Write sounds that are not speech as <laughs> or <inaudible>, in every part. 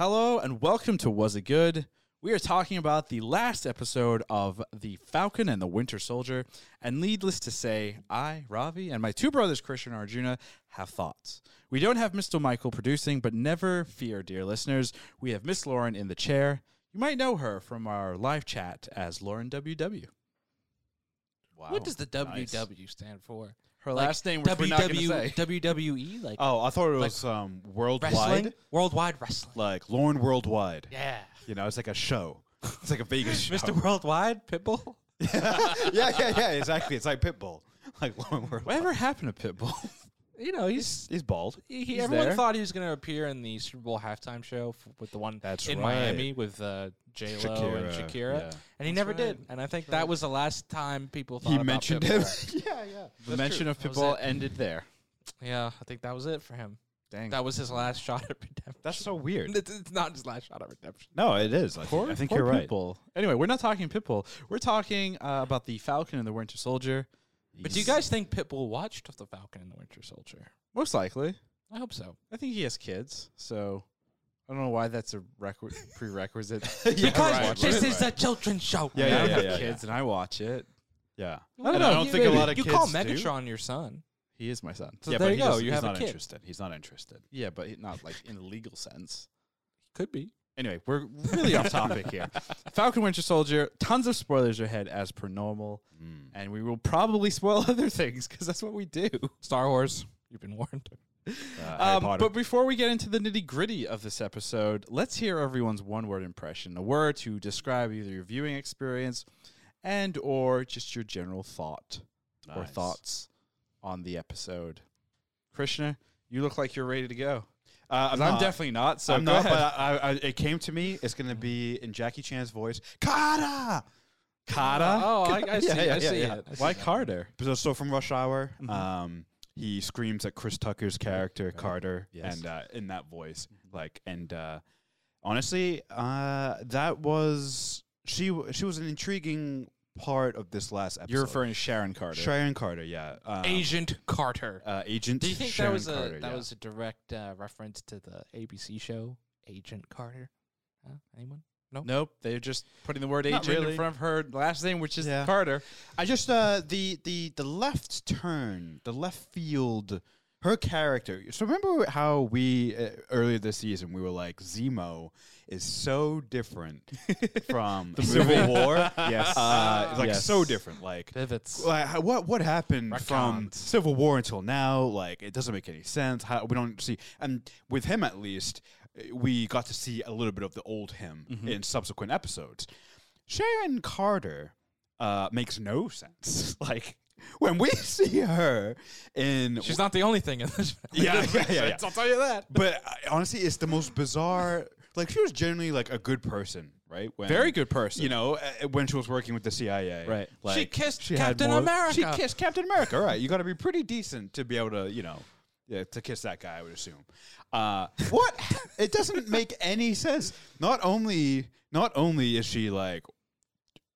Hello and welcome to Was It Good? We are talking about the last episode of The Falcon and the Winter Soldier. And needless to say, I, Ravi, and my two brothers, Christian and Arjuna, have thoughts. We don't have Mr. Michael producing, but never fear, dear listeners. We have Miss Lauren in the chair. You might know her from our live chat as Lauren WW. Wow. What does the Nice. WW stand for? Her Like, E, last name, which we're not going to say. WWE, E, like Oh, I thought it Like was um, worldwide, wrestling, worldwide wrestling. like Lauren Worldwide. yeah, You know, it's like a show. It's like a Vegas <laughs> show. Mr. Worldwide, Pitbull. yeah, yeah, yeah. Exactly. It's like Pitbull. Like <laughs> Lauren Worldwide. Whatever happened to Pitbull? You know he's. <laughs> He's bald. He, he- he's everyone there. thought he was going to appear in the Super Bowl halftime show f- with the one That's in right. Miami with uh, J Lo and Shakira, Shakira, yeah. and he never right. did. And I think that was the last time people thought He about mentioned him. <laughs> Pitbull. yeah, yeah. the mention of That was Pitbull ended there. <laughs> Yeah, I think that was it for him. Dang. That was his last shot at redemption. <laughs> That's so weird. It's it's not his last shot at redemption. No, it is. I, thi- I think you're right. Pitbull. Anyway, we're not talking Pitbull. We're talking uh, about the Falcon and the Winter Soldier. But do you guys think Pitbull watched The Falcon and the Winter Soldier? Most likely. I hope so. I think he has kids, so I don't know why that's a requ- <laughs> prerequisite. <laughs> Yeah, Because right, this right, is a children's show. Yeah, yeah, I yeah, have yeah, kids, and I watch it. Yeah. I don't And know. I don't he- think a maybe. lot of you kids call do. Megatron your son. He is my son. So yeah, there but you he go. doesn't- You he's have a not kid. interested. He's not interested. Yeah, but he- not like in the legal sense. Could be. Anyway, we're really off topic <laughs> here. Falcon Winter Soldier. Tons of spoilers ahead, as per normal, Mm. and we will probably spoil <laughs> other things because that's what we do. Star Wars. You've been warned. Uh, Harry Um, Potter. but before we get into the nitty gritty of this episode, let's hear everyone's one word impression, a word to describe either your viewing experience and or just your general thought or Nice. thoughts on the episode. Krishna, you look like you're ready to go. Uh, 'Cause I'm, not. definitely not. So I'm go not, ahead. but I, I, it came to me. It's going to be in Jackie Chan's voice. Kata! Kata? <laughs> Oh, I, I see. <laughs> Yeah, yeah, I see yeah, yeah. it. Mm-hmm. I see Why that. Carter? So, so from Rush Hour, um, he screams at Chris Tucker's character Carter, Yes. and uh, in that voice, like, and uh, honestly, uh, that was she. w- She was an intriguing part of this last episode. You're referring to Sharon Carter. Sharon Carter, yeah, um, Agent Carter. uh, agent. do you think Sharon that was a Carter, that yeah. was a direct uh, reference to the ABC show Agent Carter? Huh? Anyone? Nope, they're just putting the word Not agent in really. front of her last name, which is <laughs> Yeah. Carter. I just uh, the the the left turn, the left field. Her character. So remember how we uh, earlier this season we were like Zemo is so <laughs> different from the Civil War. <laughs> Yes. uh, like Yes. so different. Like, Pivots. like how- what what happened from Retcons. Civil War until now? Like, it doesn't make any sense. How we don't see, and with him at least, eh, we got to see a little bit of the old him Mm-hmm. in subsequent episodes. Sharon Carter uh, makes no sense. <laughs> Like when we <laughs> see her in She's not the only thing in <laughs> this. <laughs> yeah, <laughs> yeah, yeah, yeah. I'll tell you that. but uh, honestly, it's the most bizarre. Like she was generally like a good person, right? When, Very good person. You know, uh, when she was working with the CIA, Right. Like, she kissed had Captain more- America. She kissed Captain America. All right, you got to be pretty decent to be able to, you know, yeah, to kiss that guy. I would assume. Uh, what? <laughs> it doesn't make any sense. Not only, not only is she like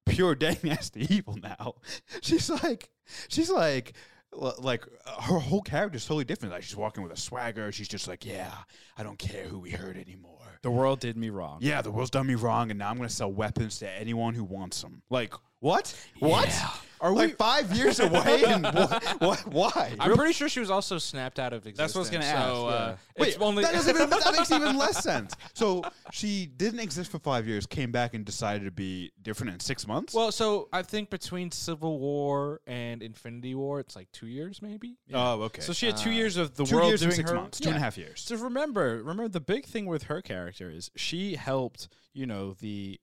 pure dang nasty evil now. <laughs> She's like, she's like, l- like uh, her whole character is totally different. Like she's walking with a swagger. She's just like, yeah, I don't care who we hurt anymore. The world did me wrong. Yeah, the world's done me wrong, and now I'm gonna sell weapons to anyone who wants them. Like what? What? Yeah. Are we five years away? And what, what? Why? I'm pretty sure she was also snapped out of existence. what I was gonna so, ask, Uh, yeah. <laughs> it's only <laughs> that, doesn't even, that makes even less sense. So she didn't exist for five years, came back and decided to be different in six months. Well, so I think between Civil War and Infinity War, it's like two years, maybe. oh, okay. So she had uh, two years of the two world years doing and six her, months, two and a Yeah. half years. So remember, remember the big thing with her character is she helped, you know, the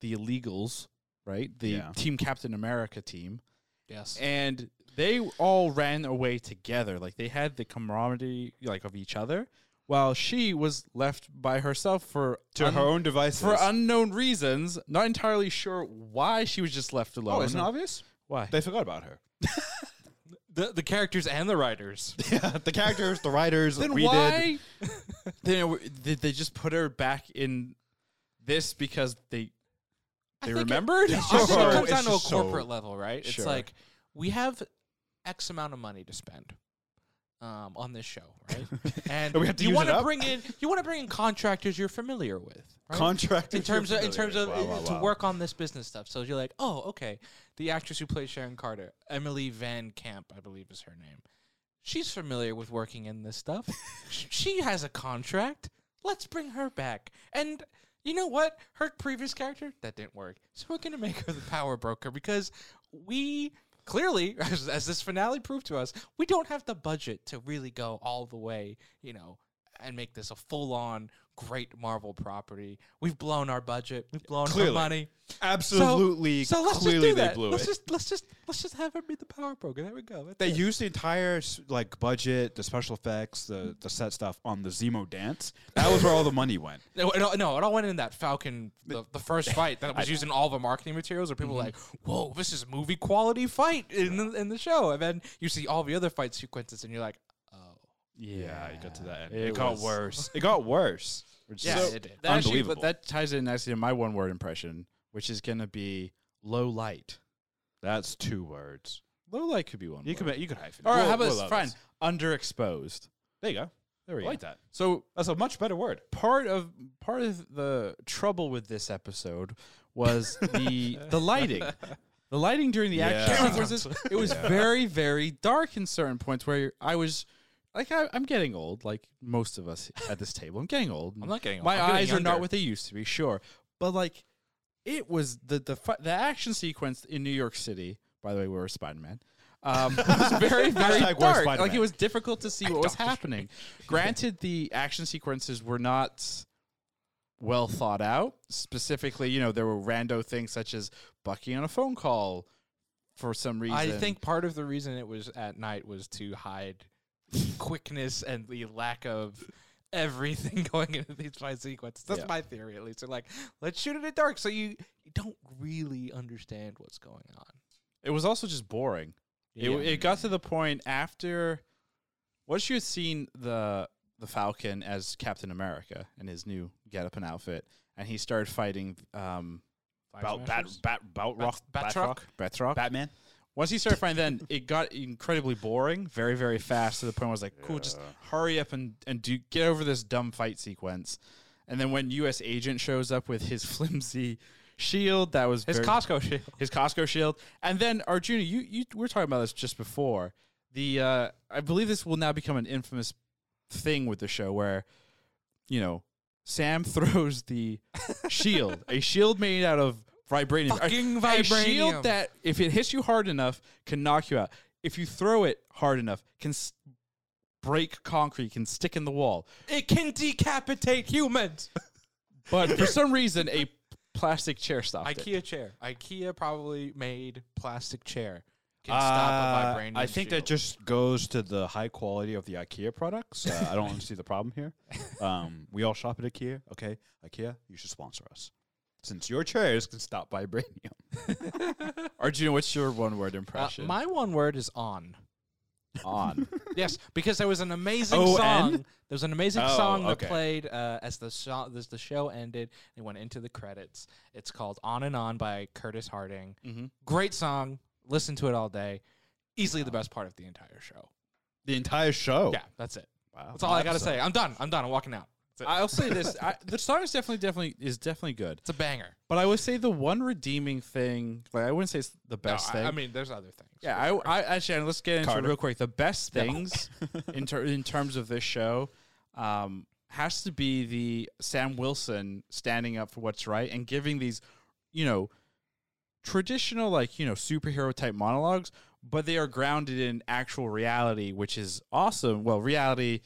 the illegals, right? The Yeah. Team Captain America team, Yes. and they all ran away together. Like they had the camaraderie, like of each other, while she was left by herself for to un- her own devices. for unknown reasons. Not entirely sure why she was just left alone. oh, isn't it obvious? why? They forgot about her. the the characters and the writers. Yeah, the characters, the writers, then we did. why <laughs> then did they just put her back in this because they they remembered <laughs> I think it Sure. comes It's down to a just so- corporate level, right? It's Sure. like we have X amount of money to spend. um, on this show, <laughs> right? And We have to you use want it to up? bring in you want to bring in contractors you're familiar with, right? Contract in terms of in familiar. terms of Wow, wow, to wow. work on this business stuff. So you're like, oh, okay. The actress who plays Sharon Carter, Emily Van Camp, I believe is her name. She's familiar with working in this <laughs> stuff. Sh- she has a contract. Let's bring her back. And you know what? Her previous character that didn't work. So we're gonna make her the power broker because we. Clearly, <laughs> as, as this finale proved to us, we don't have the budget to really go all the way, you know, and make this a full-on great Marvel property. We've blown our budget. We've blown Clearly. our money. So- Absolutely, So, let's clearly just do they that. blew let's it. just let's just let's just have her be the power broker. There we go. That's They it. used the entire s- like budget, the special effects, the the set stuff on the Zemo dance. That was where all the money <laughs> went. no, it all, no, it all went in that Falcon the, <laughs> the first fight that was using all the marketing materials. Where people were like, Mm-hmm. whoa, this is movie quality fight in the, in the show, and then you see all the other fight sequences, and you're like, oh, Yeah, you got to that. End. It, it got was- worse. It got worse. Which Yeah, is it did. That actually, but unbelievable. that ties in nicely to my one word impression, which is going to be low light. That's two words. Low light could be one. You word. could ma- you could hyphen. it. All right, We'll- how about we'll this? allow fine? this. Underexposed. There you go. There we I go. like that. So That's a much better word. part of part of the trouble with this episode was <laughs> the the lighting. The lighting during the Yeah. action sequences, it <laughs> was very, very dark in certain points where I was like, I, I'm getting old, like most of us at this table. I'm getting old. I'm not getting old. My I'm getting eyes are not younger. what they used to be, sure, but like, it was the the fi- the action sequence in New York City. By the way, we were Spider Man. Um, was very very Hashtag we're dark. Spider-Man. Like it was difficult to <laughs> see what was happening. Granted, the action sequences were not well thought out. Specifically, you know, there were rando things such as Bucky on a phone call for some reason. I think part of the reason it was at night was to hide the <laughs> quickness and the lack of everything <laughs> going into these fight sequences. That's Yeah. my theory, at least. They're like, let's shoot it at dark, so you, you don't really understand what's going on. it was also just boring. Yeah. It, it got to the point after once you had seen the the Falcon as Captain America in his new getup and outfit, and he started fighting um, About bat bat bout rock Bat- Batroc? Batroc? Batroc. Batman. Once he started fighting, then it got incredibly boring, very very fast to the point where I was like, cool, just hurry up and and do get over this dumb fight sequence. And then when U.S. agent shows up with his <laughs> flimsy shield, that was His very, Costco shield. <laughs> his Costco shield. And then Arjuna, you you we were talking about this just before. The uh, I believe this will now become an infamous thing with the show where, you know, Sam <laughs> throws the shield, a shield made out of vibranium, Fucking a, a vibranium. shield that if it hits you hard enough can knock you out. If you throw it hard enough, can s- break concrete, can stick in the wall. It can decapitate humans. But for some reason, a plastic chair stopped it. IKEA chair. IKEA probably made plastic chair. Can Uh, stop a vibranium. I think that shield. just goes to the high quality of the IKEA products. Uh, I don't see the problem here. Um, we all shop at IKEA, okay? IKEA, you should sponsor us since your chairs can stop vibranium. Arjuna, what's your one word Uh, impression? my one word is on. on. Yes, because there was an amazing O-N? song. There was an amazing Oh, song that okay. played uh, as the song as the show ended. It went into the credits. It's called "On and On" by Curtis Harding. Mm-hmm. Mhm. Great song. Listen to it all day. Easily the best part of the entire show. The entire show. Yeah, that's it. Wow. That's all I gotta say. I'm done. I'm done. I'm walking out. That's it. I'll say this: I, the song is definitely, definitely is definitely good. It's a banger. But I would say the one redeeming thing, like I wouldn't say it's the No, best I, thing. I mean, there's other things. yeah, I, I actually and let's get into it Carter. real quick. The best things in ter- in terms of this show um, has to be the Sam Wilson standing up for what's right and giving these, you know, traditional like you know superhero type monologues, but they are grounded in actual reality, which is awesome. Well, reality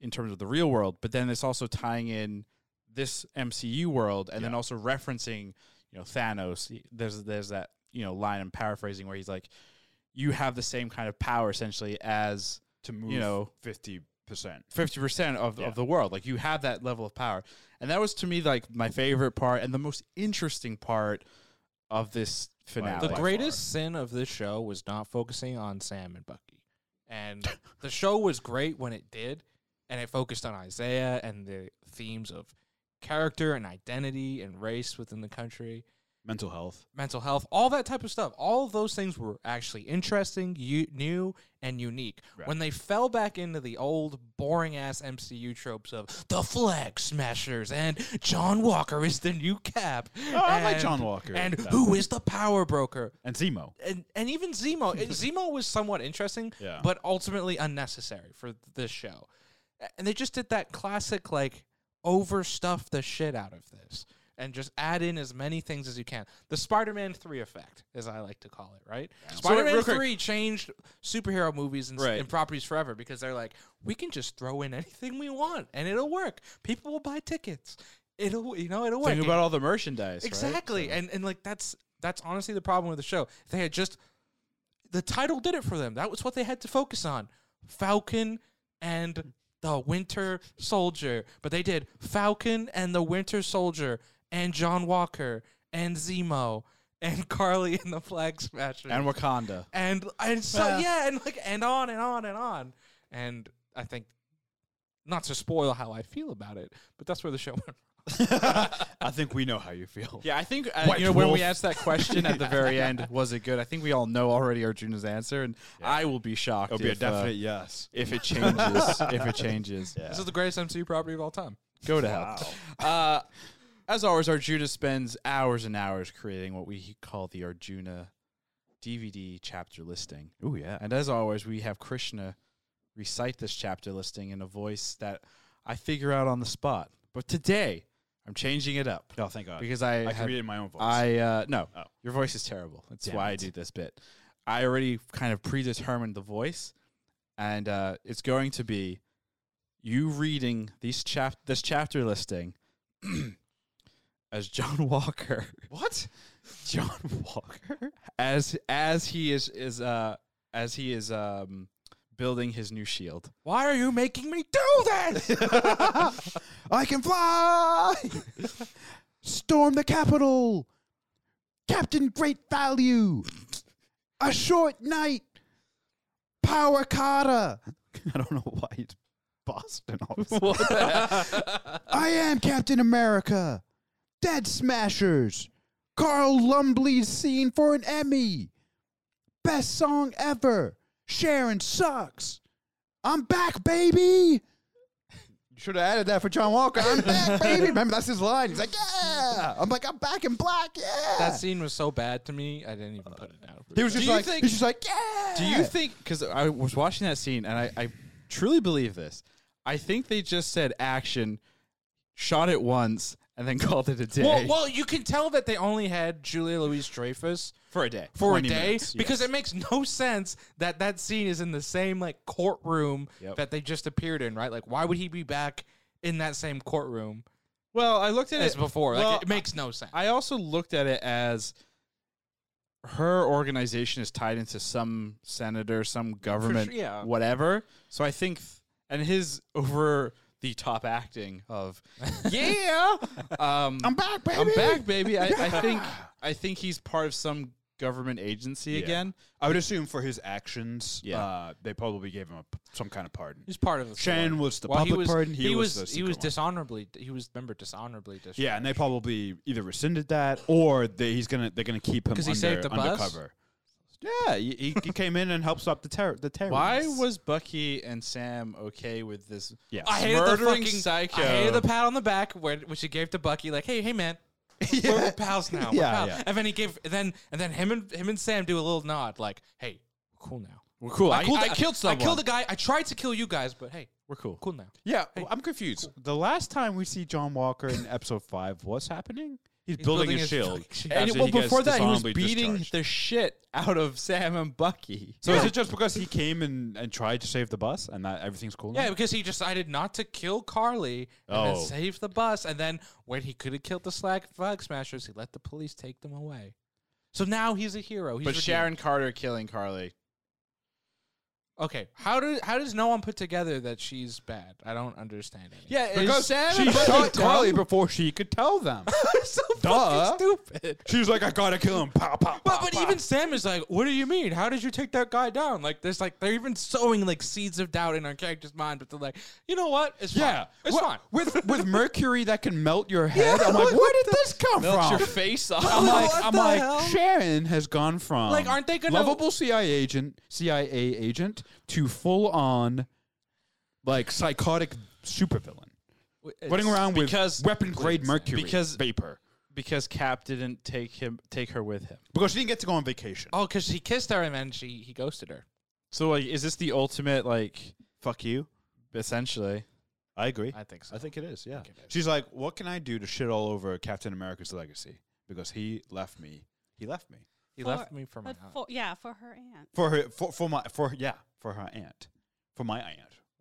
in terms of the real world, but then it's also tying in this MCU world and then also referencing, you know, Thanos. He- There's there's that, you know, line I'm paraphrasing where he's like, You have the same kind of power essentially as To move know. 50%. fifty percent of, of the world. Like you have that level of power. And that was to me like my favorite part and the most interesting part of this finale. The by greatest sin of this show was not focusing on Sam and Bucky. And the show was great when it did, and it focused on Isaiah and the themes of character and identity and race within the country. mental health. mental health, all that type of stuff. All of those things were actually interesting, u- new, and unique. Right. When they fell back into the old boring ass MCU tropes of the Flag Smashers and John Walker is the new Cap. Oh, I like John Walker. And Yeah. who is the Power Broker? And Zemo. And, and even Zemo. <laughs> And Zemo was somewhat interesting, Yeah. but ultimately unnecessary for this show. A- And they just did that classic, like, overstuff the shit out of this and just add in as many things as you can. The Spider Man 3 effect, as I like to call it, right? Spider Man real quick- 3 changed superhero movies and, s- Right. and properties forever because they're like, we can just throw in anything we want and it'll work. People will buy tickets. It'll, you know, it'll work. Think about all the merchandise. right? Exactly. And and like that's that's honestly the problem with the show. If They had just the title did it for them. That was what they had to focus on. Falcon and the Winter Soldier. But they did Falcon and the Winter Soldier and John Walker and Zemo and <laughs> Carly and the Flag Smasher. and Wakanda. and and so Yeah. yeah, and like and on and on and on. And I think not to spoil how I feel about it, but that's where the show went. I think we know how you feel. Yeah, I think uh, White you know when Wolf. we asked that question at the very <laughs> end, was it good? I think we all know already Arjuna's answer, and I will be shocked. It'll be a if, uh, definite yes. if it changes. <laughs> if it changes, This is the greatest MCU property of all time. go to hell. <laughs> Uh, as always, Arjuna spends hours and hours creating what we call the Arjuna DVD chapter listing. Oh yeah. And as always, we have Krishna recite this chapter listing in a voice that I figure out on the spot. But today, I'm changing it up Oh, thank God. because I I had- can read it in my own voice. I <laughs> uh, no, Oh. your voice is terrible. That's Damn why I it. do this bit. I already kind of predetermined the voice, and uh, it's going to be you reading these chap this chapter listing <clears throat> as John <laughs> Walker, what? John Walker, as as he is is uh as he is um building his new shield. Why are you making me do this? I can fly. <laughs> Storm the capital. Captain Great Value. A short night. Power Carter. <laughs> I don't know why it's Boston. All of a sudden. <laughs> I am Captain America. Dead Smashers. Carl Lumbly's scene for an Emmy. Best song ever. Sharon sucks. I'm back, baby. You should have added that for John Walker. <laughs> I'm back, baby. Remember, that's his line. He's like, yeah. I'm like, I'm back in black, <laughs> yeah. <laughs> that scene was so bad to me, I didn't even put it down. he was just Do you like, think- he's just like, yeah. Do you think? Because I was watching that scene, and I, I truly believe this. I think they just said action, shot it once, and then <laughs> called it a day well, well, you can tell that they only had Julia Louise Dreyfus for a day. for a 20 day minutes, because yes. it makes no sense that that scene is in the same like courtroom Yep. that they just appeared in, right? Like, why would he be back in that same courtroom well, I looked at as it. before? well, like, it makes no sense. I also looked at it as her organization is tied into some senator, some government, sure, yeah. whatever. So I think, and his over the top acting <laughs> of, yeah, um, I'm back, baby. I'm back, baby. I, I think I think he's part of some government agency again. I would assume for his actions, Yeah. uh, they probably gave him a, some kind of pardon. He's part of the Shannon story. was the Well, public he was, pardon. He, was, the he secret was one. dishonorably. He was remember dishonorably discharged. Yeah, and they probably either rescinded that or they, he's gonna they're gonna keep him 'Cause he under, saved the bus? undercover. Yeah, he, he- he came in and helped stop the terror. The terror. Why was Bucky and Sam okay with this? yeah? I hated the Murdering fucking psycho. I hated the <laughs> pat on the back where which he gave to Bucky, like, "Hey, hey, man, we're, we're pals <laughs> now." We're Yeah, pals. yeah. And then he gave, and then and then him and him and Sam do a little nod, like, "Hey, we're cool now. We're cool. I, cool I killed someone. I killed a guy. I tried to kill you guys, but hey, We're cool. cool now." yeah, well, I'm confused. The last time we see John Walker in episode five, what's happening? He's, building, building his, his shield. fucking shield. And After well, he gets before that, he was dishonorably beating discharged. the shit out of Sam and Bucky. So is it just because he came and, and tried to save the bus and that everything's cool? Yeah, now? because he decided not to kill Carly and then Oh. save the bus, and then when he could have killed the slag flag smashers, he let the police take them away. So now he's a hero. He's but redeemed. Sharon Carter killing Carly. Okay, how do how does no one put together that she's bad? I don't understand. It. Yeah, because she shot Carly before she could tell <laughs> them. <laughs> so Duh. fucking stupid. She's like, I gotta kill him. Pow, pow, But, pow, but pow. even Sam is like, "What do you mean? How did you take that guy down?" Like, there's like they're even sowing like seeds of doubt in our character's mind. But they're like, you know what? It's fine. yeah, It's Wha- fine. <laughs> with with mercury that can melt your head. I'm like, what, what did this come Melt from? your <laughs> face off. I'm like, What I'm the like, hell? Sharon has gone from Like, aren't they gonna- lovable CIA agent, CIA agent to full on, like psychotic supervillain, running around because- with weapon grade mercury because- vapor because Cap didn't take him take her with him. because she didn't get to go on vacation. Oh, because he kissed her and then she he ghosted her. So like, is this the ultimate like Fuck you. essentially? I agree. I think so. I think it is. Yeah. think it is. She's like, what can I do to shit all over Captain America's legacy because he left me. He left me He For- left me for my But aunt. for, yeah, for her aunt. for her for, for my for yeah for her aunt for my aunt.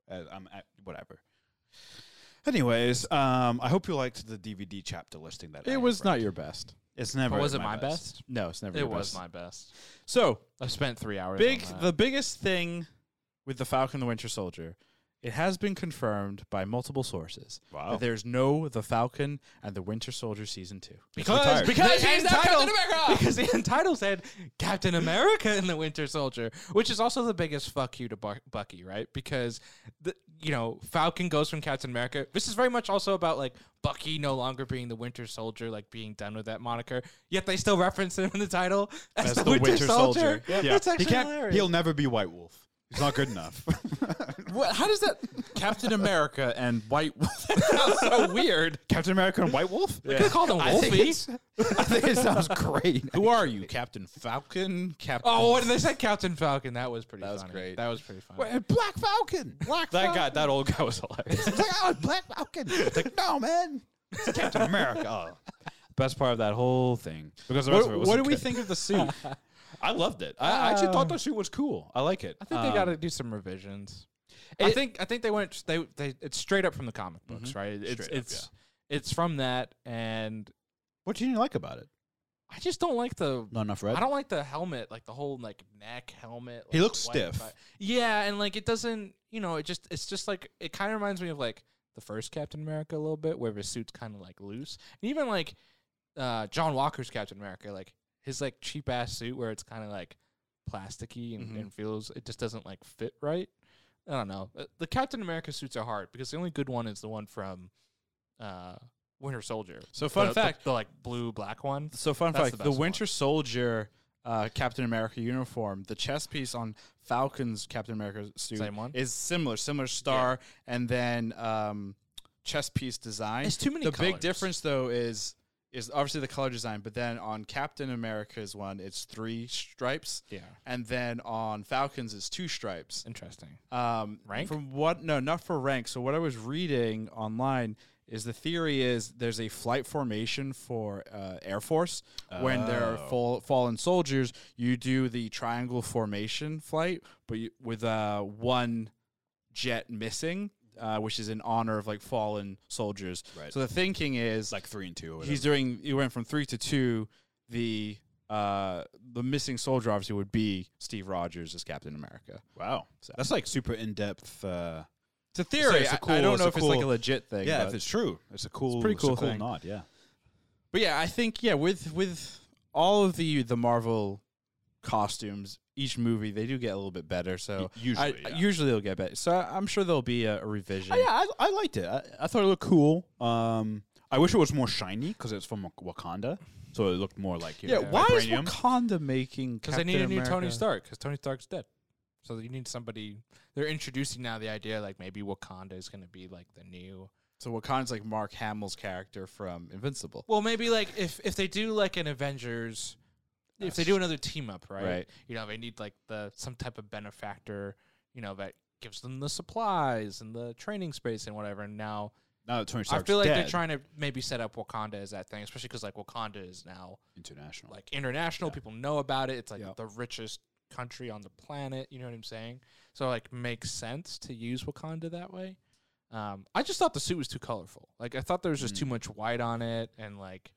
Uh, I'm at, whatever. Anyways, um, I hope you liked the DVD chapter listing that I It was have not read. your best. It's never. But Oh, was it my best? No, it's never. It your was best. my best. So I spent three hours. big. on that. The biggest thing with the Falcon and the Winter Soldier, it has been confirmed by multiple sources Wow. that there's no the Falcon and the Winter Soldier season two. Retired. because The he's end not title- Captain America. <laughs> Because the end title said Captain America and the Winter Soldier, which is also the biggest fuck you to Buck- Bucky, right? Because the you know Falcon goes from Captain America. This is very much also about like Bucky no longer being the Winter Soldier, like being done with that moniker. Yet they still reference him in the title as, the, Winter, Soldier. Yeah. That's he actually can't. hilarious. He'll never be White Wolf. He's not good enough. What, how does that Captain America and White? <laughs> That's so weird. Captain America and White Wolf. <laughs> I could call him Wolfie. <laughs> I think it sounds great. Who are you, Captain Falcon? Captain. Oh, when they said Captain Falcon, that was pretty. That was funny. great. That was pretty funny. Black Falcon. Black That guy, that old guy was hilarious. It's like, oh, Black Falcon. It's like, no, man. It's Captain America. Oh. <laughs> Best part of that whole thing. Because the rest of it What, was what do we think of the <laughs> suit? I loved it. I, I actually thought the suit was cool. I like it. I think they got to do some revisions. I Um, it- Mm-hmm. think I think they went they they it's straight up from the comic books, right? It's Straight up, it's it's from that, and What do you like about it? I just don't like the Not enough I red. don't like the helmet, like the whole like neck helmet. He like, looks white stiff. fi- yeah, and like it doesn't, you know, it just it's just like it kind of reminds me of like the first Captain America a little bit, where his suit's kind of like loose, and even like uh John Walker's Captain America, like his like cheap ass suit where it's kind of like plasticky and, Mhm. and feels it just doesn't like fit right. I don't know. Uh, The Captain America suits are hard because the only good one is the one from uh Winter Soldier. So fun The- the- fact. the, like blue black one. So fun That's fact: the the, best Winter Soldier uh, Captain America uniform, the chest piece on Falcon's Captain America suit, Same one? is similar, similar star, and then um, chest piece design. It's too many The big colours. difference though is is obviously the color design, but then on Captain America's one, it's three stripes. Yeah. And then on Falcons, it's two stripes. Interesting. Um, Rank? From what? No, not for rank. So what I was reading online is the theory is there's a flight formation for uh, Air Force when there Oh. are fall, fallen soldiers. You do the triangle formation flight, but you, with uh, one jet missing, uh, which is in honor of like fallen soldiers. Right. So the thinking is It's like three and two. Or whatever. he's doing. He went from three to two. The uh, the missing soldier obviously would be Steve Rogers as Captain America. wow. So- That's like super in depth. Uh, It's a So theory. it's a I- I, cool- don't it's know a if it's like a cool- legit thing. yeah, if but, it's true, it's a cool, pretty cool it's a cool thing. nod. Yeah. but yeah, I think yeah with with all of the the Marvel costumes, each movie they do get a little bit better. So U- usually, I, yeah. usually they'll get better. So I- I'm sure there'll be a, a revision. Oh, yeah, I, I liked it. I, I thought it looked cool. Um, I wish it was more shiny because it's from Wak- Wakanda, so it looked more like you Yeah, know, why is vibranium. Wakanda making? Because they need a new Tony Stark. Because Tony Stark's dead, so you need somebody. They're introducing now the idea like maybe Wakanda is going to be like the new. So Wakanda's like Mark Hamill's character from Invincible. Well, maybe like if if they do like an Avengers, if they do another team up, right? Right. You know, they need like the some type of benefactor. You know that gives them the supplies and the training space and whatever. And now Now that Tony Stark's I feel like dead, they're trying to maybe set up Wakanda as that thing, especially because like Wakanda is now international. like international. People know about it. It's like Yeah. the richest country on the planet. You know what I'm saying? So like makes sense to use Wakanda that way. Um, I just thought the suit was too colorful. Like I thought there was just too much white on it, and like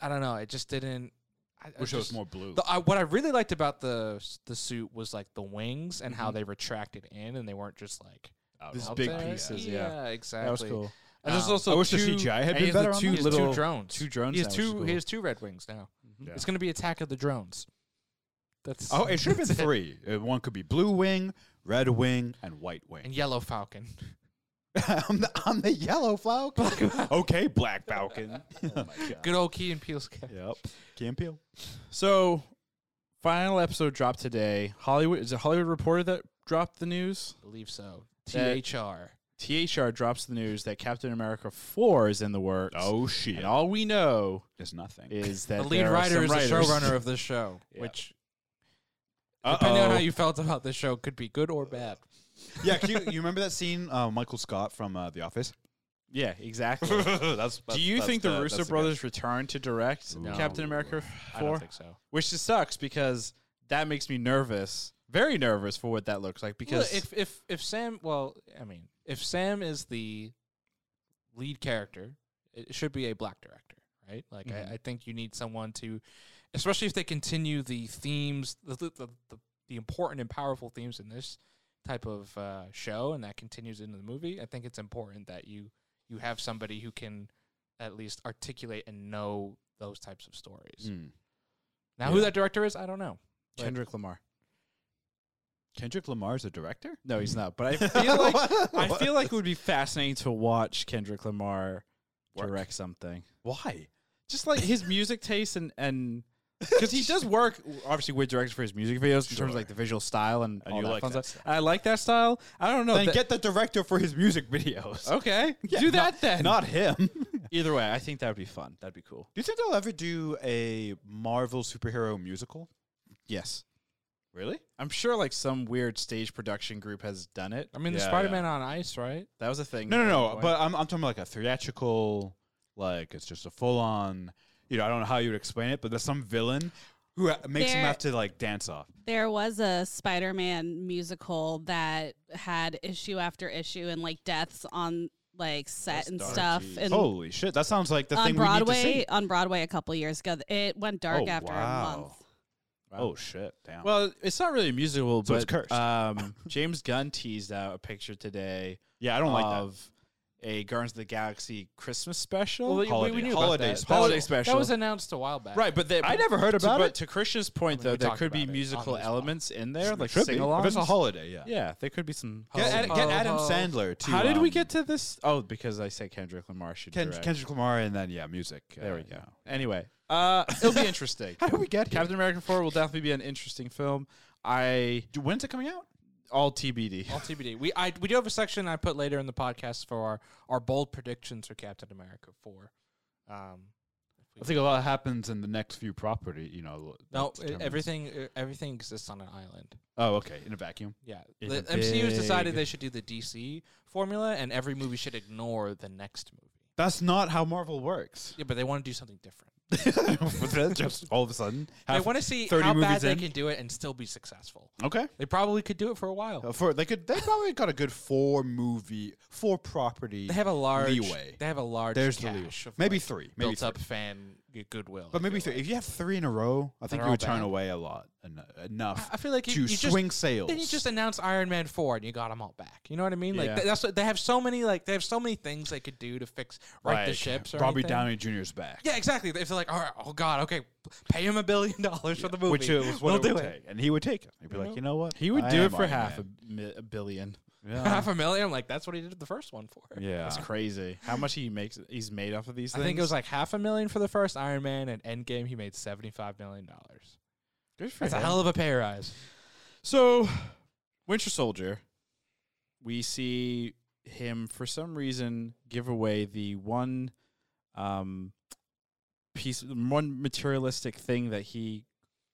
I don't know, it just didn't. I, I wish it was just- more blue. the, I, what I really liked about the s- the suit was like the wings and how they retracted in, and they weren't just like Out This of out big there. pieces, yeah. exactly. That was cool. And there's Um, also I wish the two- CGI had and been he has the better on Two He has little two drones. two drones He has now, which is two. cool. He has two red wings now. Yeah. It's going to be Attack of the Drones. That's Oh, it should <laughs> have been three. Uh, One could be blue wing, red wing, and white wing. and Yellow Falcon. <laughs> I'm, the, I'm the <laughs> yellow falcon. okay, black falcon. Good old Key and Peele's cat. yep. Can peel. So, final episode dropped today. Hollywood is it Hollywood Reporter that dropped the news? I believe so. That- THR. THR drops the news that Captain America Four is in the works. Oh shit! and all we know It's nothing. is The that lead there are writer some is writers. the showrunner of this <laughs> show, Yeah. which, depending on Uh how you <laughs> felt about this show, could be good or bad. <laughs> yeah, can you, you remember that scene? Uh, Michael Scott from uh, The Office. <laughs> Yeah, <laughs> exactly. that's, Do you think the Russo brothers return to direct No. Captain America I Four? don't think so. Which just sucks because that makes me nervous, very nervous for what that looks like. Because Because if if if Sam, well, I mean, if Sam is the lead character, it should be a black director, right? Like, Mm-hmm. Mhm. I, I think you need someone to, especially if they continue the themes, the the, the, the, the important and powerful themes in this type of uh, show, and that continues into the movie. I think it's important that you you have somebody who can at least articulate and know those types of Mm, stories. Hmm. Now, who Yeah. that director is, I don't know. like- Kendrick Lamar, Kendrick Lamar's a director. no, he's not. But I feel like I feel like it would be fascinating to watch Kendrick Lamar Work. direct something. <laughs> why? Just like his music taste and and because <laughs> he does work obviously with directors for his music videos in terms of like the visual style and, And all you that like fun that stuff. And I like that style. I don't know. Then that- get the director for his music <laughs> videos. okay, Yeah, do not- that <laughs> then. Oh, Not him. do either way. I think that would be fun. That'd be cool. you think they'll ever do a Marvel superhero musical? Yes. Really? I'm sure like some weird stage production group has done it. I mean, the Yeah, Spider Man on Ice, right? That was a thing. No, at one no, no. point. But I'm, I'm talking about like a theatrical, like it's just a full on. You know, I don't know how you would explain it, but there's some villain who ha- makes him There- have to like dance off. There was a Spider Man musical that had issue after issue and like deaths on like set That's and dark. stuff. Jeez. And Holy shit! That sounds like Oh, the on thing we need to Broadway, see. on Broadway a couple years ago, it went dark Oh, after wow. a month. Oh shit! Damn. well, it's not really a musical, So but it's <laughs> cursed. um James Gunn teased out a picture today yeah, I don't like that. of a Guardians of the Galaxy Christmas special. Well, we- Holiday- we knew holiday about that. special. Holiday That was, special. That was announced a while back. right, but they, I never heard to- about but it. to Christian's point I mean, though, we there talked could be about it on musical this pod. elements in there, like Should sing be. If it's a alongs. holiday, yeah. Uh, Yeah, there could be some. Get, Ad- Ho, get ho, Adam ho. Sandler to. How did we um, get to this? Oh, because I said Kendrick Lamar should Ken- direct. Kendrick Lamar and then yeah, music? There uh, we you go. know. Anyway, <laughs> uh, it'll be interesting. How did we get here? Captain America Four will definitely be an interesting film. I Do- When's it coming out? all TBD. All TBD. We I we do have a section I put later in the podcast for our, our bold predictions for Captain America Four. Um, if we- I think a lot happens in the next few property. You know, that no, determines- everything uh, everything exists on an island. Oh, okay. In a vacuum. Yeah, It's the a MCU has decided big- they should do the DC formula, and every movie should ignore the next movie. That's not how Marvel works. <laughs> Yeah, but they want to do something different. just all of a sudden. <laughs> They half- want to see 30 how bad movies they in. can do it and still be successful. okay. They probably could do it for a while. Uh, For they could, they probably got a good four movie, four property. They have a large leeway. They have a large. There's the leeway. cache of Maybe like, three, maybe built three. up fan g- goodwill. but I maybe feel three. like. If you have three in a row, I think They're you all would turn bad. away a lot en- enough I, I feel like to you, you just swing sales. then you just announce Iron Man four and you got them all back. You know what I mean? Like Yeah. th- that's what, they have so many like they have so many things they could do to fix right the Like, ships. Or Robbie anything. Downey Jr.'s back. Yeah, exactly. If they're like, all right, oh god, okay, pay him a billion dollars for the movie, Which is what we'll it Mm-hmm. would do take, and he would take it. He'd be like, you know what? He would I do am it for Iron half a, Man." mi- a billion. Yeah. <laughs> Half a million. Like that's what he did the first one for. yeah. That's crazy. How much he makes? He's made off of these I things. think it was like half a million for the first Iron Man, and Endgame he made seventy five million dollars. Good for That's a him. hell of a pay rise. So, Winter Soldier, we see him for some reason give away the one um, piece, one materialistic thing that he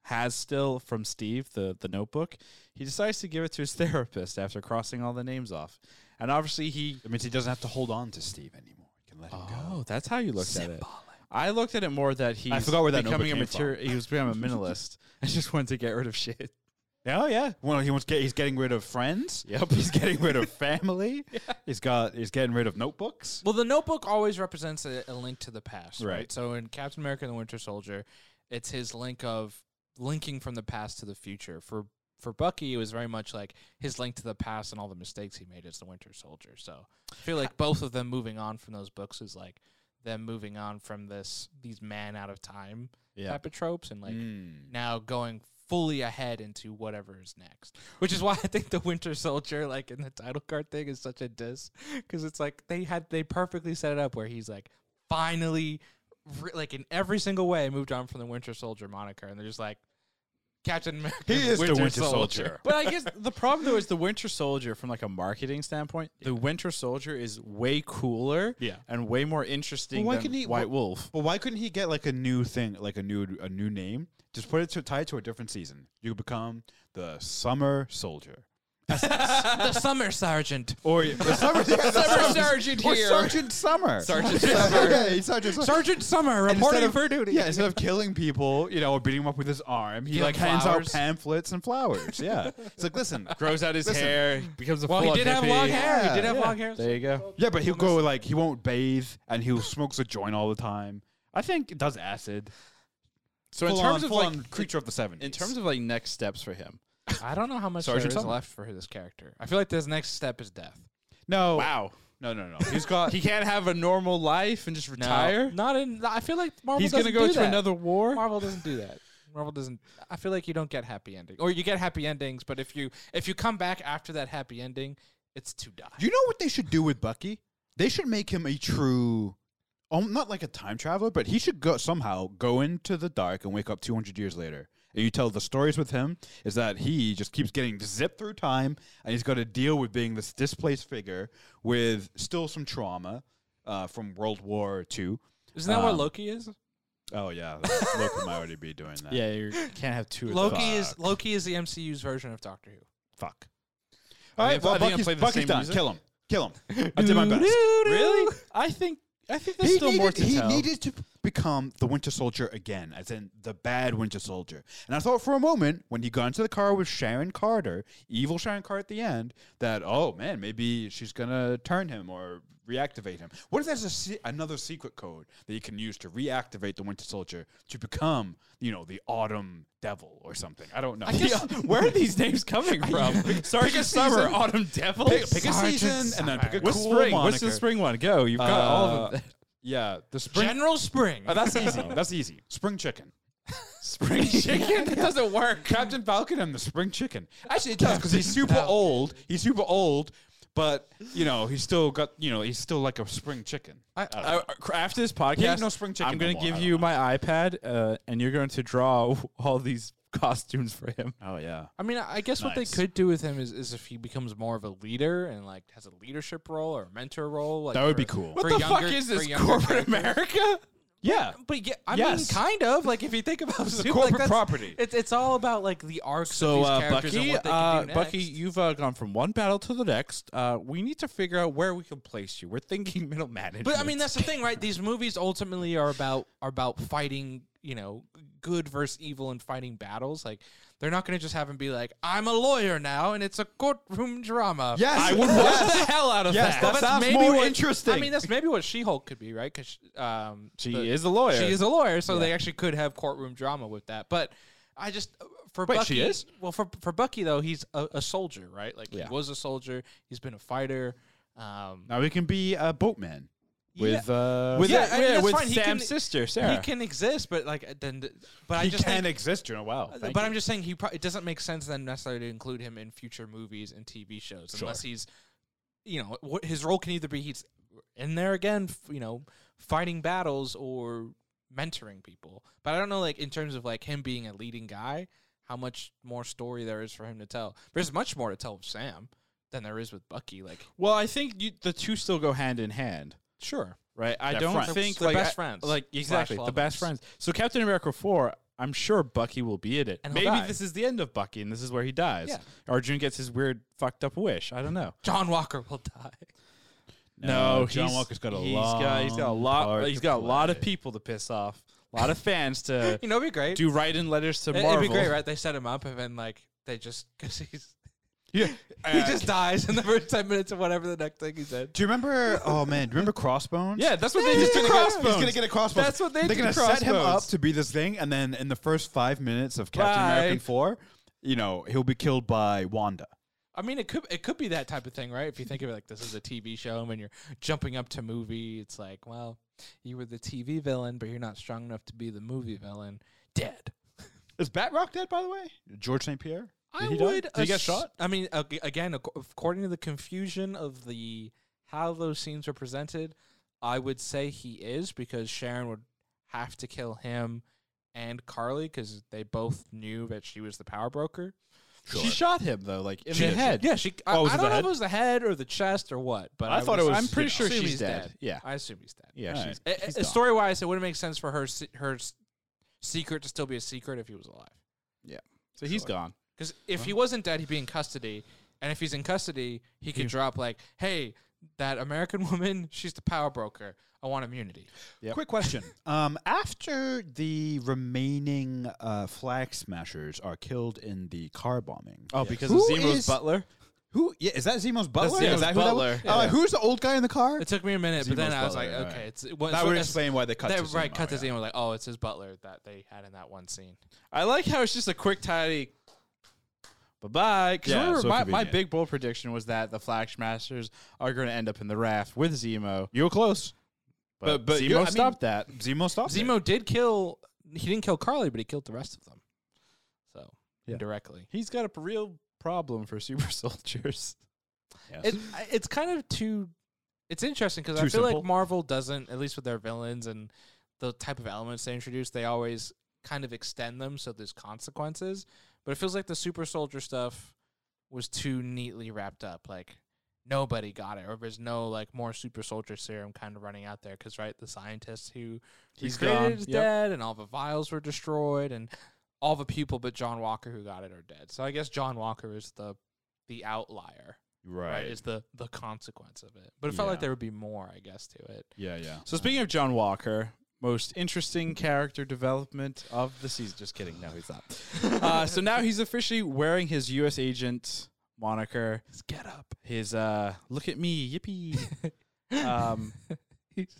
has still from Steve, the the notebook. He decides to give it to his <laughs> therapist after crossing all the names off, and obviously he. That means he doesn't have to hold on to Steve anymore. He can let him Oh, that's how you looked at it. I looked at it more that he's forgot where that notebook becoming a came from. material. He was becoming <laughs> a minimalist. I just wanted to get rid of shit. go. Oh yeah. Well, he wants get, he's getting rid of friends. Yep. He's getting rid <laughs> of family. He's got he's getting rid of notebooks. Well, the notebook always represents a, a link to the past, right. Right. So in Captain America and the Winter Soldier, it's his link of linking from the past to the future. For for Bucky, it was very much like his link to the past and all the mistakes he made as the Winter Soldier. So I feel like both of them moving on from those books is like them moving on from this these man out of time Yeah. type of tropes and like Mm. now going fully ahead into whatever is next. Which is why I think the Winter Soldier, like in the title card thing, is such a diss because it's like they had they perfectly set it up where he's like finally, re- like in every single way, moved on from the Winter Soldier moniker, and they're just like Captain America. He is the Winter Soldier. But I guess the problem though is the Winter Soldier from like a marketing standpoint, the Winter Soldier is way cooler Yeah. and way more interesting Well, why than couldn't he- White wh- Wolf. But why couldn't he get like a new thing, like a new a new name? Just put it to tie it to a different season. You become the Summer Soldier, the Summer Sergeant. or yeah, the Summer, <laughs> yeah, the Summer Sergeant or here. Sergeant Summer, Sergeant Summer, <laughs> yeah, he's Sergeant Summer. Sergeant Summer And reporting instead for duty. Yeah, instead of killing people, you know, or beating them up with his arm, he Give like them hands flowers. out pamphlets <laughs> and flowers. Yeah, it's like listen, Grows out his Listen. hair, becomes a Well, he full-on did have hippie. long hair. He did have Yeah. long hair. There you go. yeah, but he'll go like he won't bathe and he'll smokes a joint all the time. I think it does acid. So in Full terms on- of full on like creature of the seventies, in terms of like next steps for him. I don't know how much Sergeant there is Summer. left for this character. I feel like this next step is death. no, Wow. no, no, no, <laughs> he's got He can't have a normal life and just retire. Not in. I feel like Marvel. He's going gonna go to that. another war. Marvel doesn't do that. Marvel doesn't. I feel like you don't get happy ending, or you get happy endings, but if you if you come back after that happy ending, it's to die. You know what they should do with Bucky? They should make him a true, um, not like a time traveler, but he should go somehow go into the dark and wake up 200 years later. And you tell the stories with him is that he just keeps getting zipped through time, and he's got to deal with being this displaced figure with still some trauma uh, from World War II. Isn't that what Um, Loki is? Oh yeah, Loki might already be doing <laughs> that. Yeah, you can't have two. of Loki them. is Loki is the MCU's version of Doctor Who. fuck. Are All they- right, well, are they gonna Bucky's, play the Bucky's same done. music? Kill him. Kill <laughs> him. I did my best. <laughs> Really? I think I think there's still needed, more to he tell. needed to become the Winter Soldier again, as in the bad Winter Soldier. And I thought for a moment when he got into the car with Sharon Carter, evil Sharon Carter at the end, that oh man, maybe she's gonna turn him or reactivate him. What if there's a se- another secret code that you can use to reactivate the Winter Soldier to become, you know, the Autumn Devil or something? I don't know. Yeah, <laughs> where are these names coming from? Sergeant Summer, season. Autumn Devil. pick, <laughs> pick a Sergeant season and then pick a What's cool spring? moniker. What's the spring one? Go. You've got all of them. Yeah, the spring. General Spring. <laughs> Oh, that's easy. That's easy. Spring chicken. <laughs> Spring chicken. That doesn't work. Captain Falcon and the spring chicken. Actually, it does because he's super old. He's super old, but you know he's still got you know he's still like a spring chicken. I, don't know. I, Uh, after this He podcast, ain't no spring chicken I'm no going to more, I give don't you my iPad, uh, and you're going to draw <laughs> all these costumes for him. oh yeah. I mean, I guess what they Nice. could do with him is, is if he becomes more of a leader and like has a leadership role or a mentor role. Like That would for- be cool. What for the younger- fuck is for this younger corporate characters. America? Yeah. But yeah, I mean, Yes. kind of. Like if you think about is it, <laughs> corporate like, that's- property. It's it's all about like the arcs So of these uh, characters and Bucky, what they uh, can do Bucky, next. you've uh, gone from one battle to the next. Uh, we need to figure out where we can place you. We're thinking <laughs> middle management. <laughs> But I mean, that's the thing, right? These movies ultimately are about are about fighting, you know, good versus evil and fighting battles. Like they're not going to just have him be like, "I'm a lawyer now," and it's a courtroom drama. Yes. I would <laughs> Yes. watch the hell out of Yes, that. that sounds maybe more what- interesting. I mean, that's maybe what She-Hulk could be, right? Because um, She the- is a lawyer. She is a lawyer, so they actually could have courtroom drama with that. But I just uh, for Wait, Bucky, she is? well for for Bucky though, he's a, a soldier, right? Like Yeah. he was a soldier. He's been a fighter. Um, Now we can be a boatman with uh with Yeah, that- I mean, yeah, that's with fine. He Sam's can- sister he Sarah. can exist, but like uh, then, th- but I he just can think, exist. You know, wow. but I'm just saying he pro- it doesn't make sense then necessarily to include him in future movies and TV shows unless he's, you know, what his role can either be he's in there again, f- you know, fighting battles or mentoring people. But I don't know, like in terms of like him being a leading guy, how much more story there is for him to tell. There's much more to tell with Sam than there is with Bucky. Like <laughs> well, I think you, the two still go hand in hand. sure, right? I They're don't friends. think They're like best I- friends like slash exactly the lovers. best friends. So Captain America four, I'm sure Bucky will be in it. And he'll Maybe die. this is the end of Bucky, and this is where he dies. Yeah. Arjun gets his weird fucked up wish. I don't know. John Walker will die. <laughs> No, John he's- Walker's got a he's got he's got a long lot part he's to got a lot of play. people to piss off, a lot of fans to <laughs> You know, it'd be great. do write in letters to It- Marvel. It'd be great, right? They set him up and then like they just because he's <laughs> <laughs> Yeah. he just dies in the first ten minutes of whatever the next thing he said. Do you remember? Oh man, do you remember Crossbones? Yeah, that's what they did He's to gonna, get, he's Crossbones. gonna get a crossbones. That's what they They're did gonna to set him up Crossbones. to be this thing, and then in the first five minutes of Captain Bye. American Four, you know, he'll be killed by Wanda. I mean, it could it could be that type of thing, right? If you think of it like this is a TV show and when you're jumping up to movie, it's like, well, you were the TV villain, but you're not strong enough to be the movie villain. Dead. Is Batrock dead, by the way? George St. Pierre? I he die? would. Did he get ass- shot? I mean, ag- again, ac- according to the confusion of the how those scenes were presented, I would say he is because Sharon would have to kill him and Carly because they both knew that she was the power broker. She shot him though, like in the head. Yeah, she. I, Oh, was I it the don't know if head? it was the head or the chest or what, but I thought it was- was- I'm pretty you sure assume she's he's dead. dead. Yeah, I assume he's dead. yeah, All she's A- he's a- gone. story wise, it wouldn't make sense for her se- her s- secret to still be a secret if he was alive. so he's Sure. gone. Because if he wasn't dead, he'd be in custody. And if he's in custody, he could drop like, "Hey, that American <laughs> woman, she's the power broker. I want immunity." Yep. Quick question. <laughs> Um, after the remaining uh, flag smashers are killed in the car bombing, Oh, because of of Who Zemo's Zemo's is- butler. who yeah, is that Zemo's butler? Zemo's is that who that butler. was? I'm like, Yeah. who's the old guy in the car? It took me a minute, but then Zemo's I was butler, like, right, "Okay, right. it's it was, that so would it's- explain why they cut that- to right, Zemo, cut to yeah. Zemo. Like, oh, it's his butler that they had in that one scene. I like how it's just a quick tidy. Bye bye. Because Yeah, remember, so my, my convenient. big bold prediction was that the Flash Masters are going to end up in the raft with Zemo, You were close. but, But- but you- Zemo I mean- stopped that. Zemo stopped. it. Zemo did kill. He didn't kill Carly, but he killed the rest of them. So Yeah. indirectly, He's got a p- real problem for <laughs> super soldiers. it, I- it's kind of too. It's interesting because I Too feel simple? like Marvel doesn't, at least with their villains and the type of elements they introduce, they always kind of extend them so there's consequences. But it feels like the super soldier stuff was too neatly wrapped up. Like nobody got it, or there's no like more super soldier serum kind of running out there because right, the scientists who He's created gone. Yep. is dead, and all the vials were destroyed, and all the people but John Walker who got it are dead. So I guess John Walker is the the outlier right, Right. is the the consequence of it. But it felt like Yeah. there would be more, I guess, to it. Yeah, yeah. So speaking of John Walker, most interesting character development of the season. Just kidding. No, he's not. Uh, so now he's officially wearing his U.S. agent moniker, Get up. his uh, "Look at me, yippee." <laughs> Um,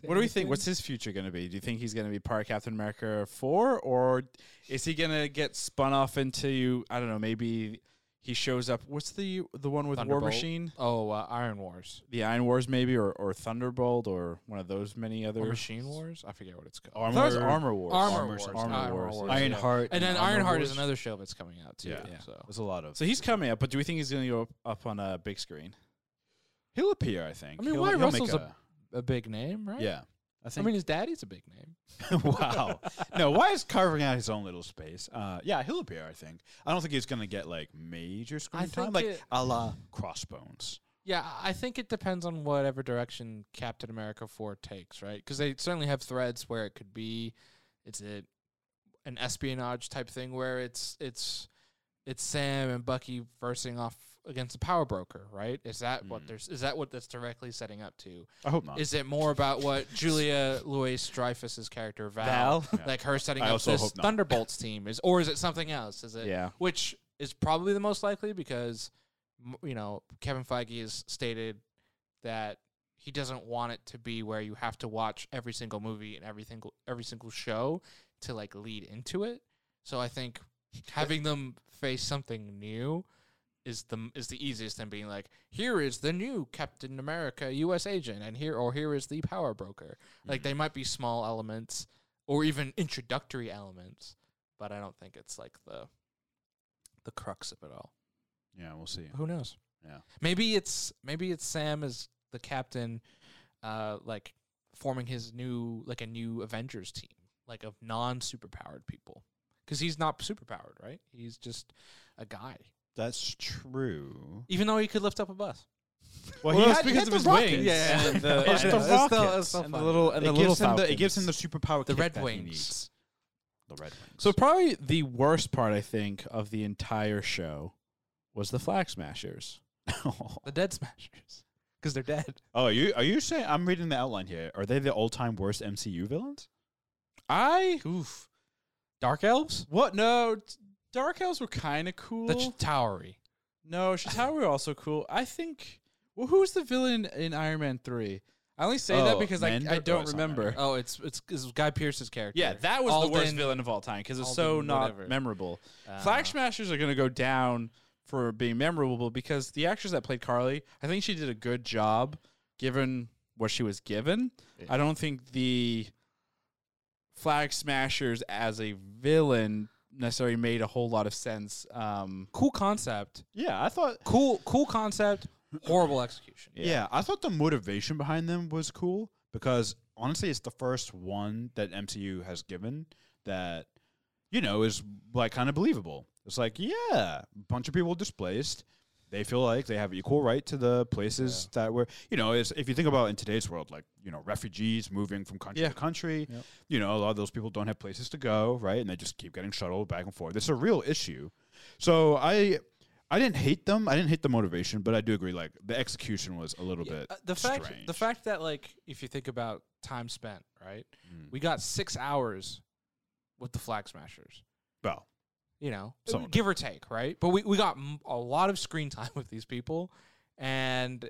what do we think? What's his future going to be? Do you think he's going to be part of Captain America four, or is he going to get spun off into I don't know? Maybe he shows up. What's the the one with War Thunderbolt. Machine? Oh, uh, Iron Wars The Iron Wars, maybe, or, or Thunderbolt, or one of those many other or Machine Wars? I forget what it's called. I thought it was Armor- Armor Wars. Armor Armor Wars. Armor Iron Wars. Wars. Iron- Ironheart and then Armor Ironheart is Wars. another show that's coming out too. Yeah. Yeah. So There's a lot of. So he's coming up, but do we think he's going to go up, up on a big screen? he'll appear, I think. I mean, he'll, Wyatt he'll Russell's make a, a big name, right? yeah. I I think. mean, his daddy's a big name. <laughs> wow. No, why is carving out his own little space? Uh, yeah, he'll appear. I think. I don't think he's gonna get like major screen time, think like it- a la Crossbones. Yeah, I- I think it depends on whatever direction Captain America 4 takes, right? Because they certainly have threads where it could be it's it an espionage type thing where it's it's it's Sam and Bucky versing off against a power broker, right? Is that what Mm. there's is that what that's directly setting up to? I hope not. Is it more about what Julia Louis Dreyfus's character Val, Yeah. like her setting I up also this hope not. Thunderbolts team is or is it something else? Is it Yeah. which is probably the most likely because m- you know Kevin Feige has stated that he doesn't want it to be where you have to watch every single movie and every single every single show to like lead into it. So I think having them face something new is the m- is the easiest than being like here is the new Captain America U.S. agent and here or here is the power broker. Like they might be small elements or even introductory elements, but I don't think it's like the the crux of it all. yeah, we'll see. Who knows? Yeah. Maybe it's maybe it's Sam as the captain, uh, like forming his new like a new Avengers team, like of non superpowered people, because he's not superpowered, right? He's just a guy, That's true. even though he could lift up a bus. Well, Well, he it's had- he because had of the his rockets. wings. <laughs> Yeah. And Yeah. <laughs> the, It's and the the- rocket. still- it's still and the fun. little and it the little gives him the, it gives him the Falcons. superpower. The kick Red that he needs. Wings. The Red Wings. So probably the worst part I think of the entire show was the Flag Smashers. <laughs> The Dead Smashers. Because they're dead. oh, are you are you saying I'm reading the outline here? Are they the all time worst MCU villains? I Oof. Dark Elves? what no t- Dark Elves were kind of cool. That's Towery. no, Chitauri were also cool. I think. Well, who was the villain in Iron Man three? I only say that Oh, because Mando? I, I Oh, don't it's not remember. Mando. Oh, it's it's, it's Guy Pierce's character. Yeah, that was the worst Alden- villain of all time because it's Alden so not whatever. memorable. Uh, Flag Smashers are going to go down for being memorable because the actress that played Carly, I think she did a good job given what she was given. I don't think the Flag Smashers as a villain necessarily made a whole lot of sense. Um, Cool concept. Yeah, I thought. Cool, cool concept. Horrible execution. Yeah. I thought the motivation behind them was cool because honestly, it's the first one that MCU has given that you know is like kind of believable. It's like, yeah, a bunch of people displaced. They feel like they have equal right to the places that were, you know, it's, if you think about in today's world, like, you know, refugees moving from country Yeah. to country, Yep. you know, a lot of those people don't have places to go, right? And they just keep getting shuttled back and forth. It's a real issue. So I, I didn't hate them. I didn't hate the motivation, but I do agree. Like the execution was a little bit. Uh, the fact the strange. fact that like if you think about time spent, right? Uh, Mm. We got six hours with the flag smashers. Well, You know, Some of give or take, right? But we we got m- a lot of screen <laughs> time with these people, and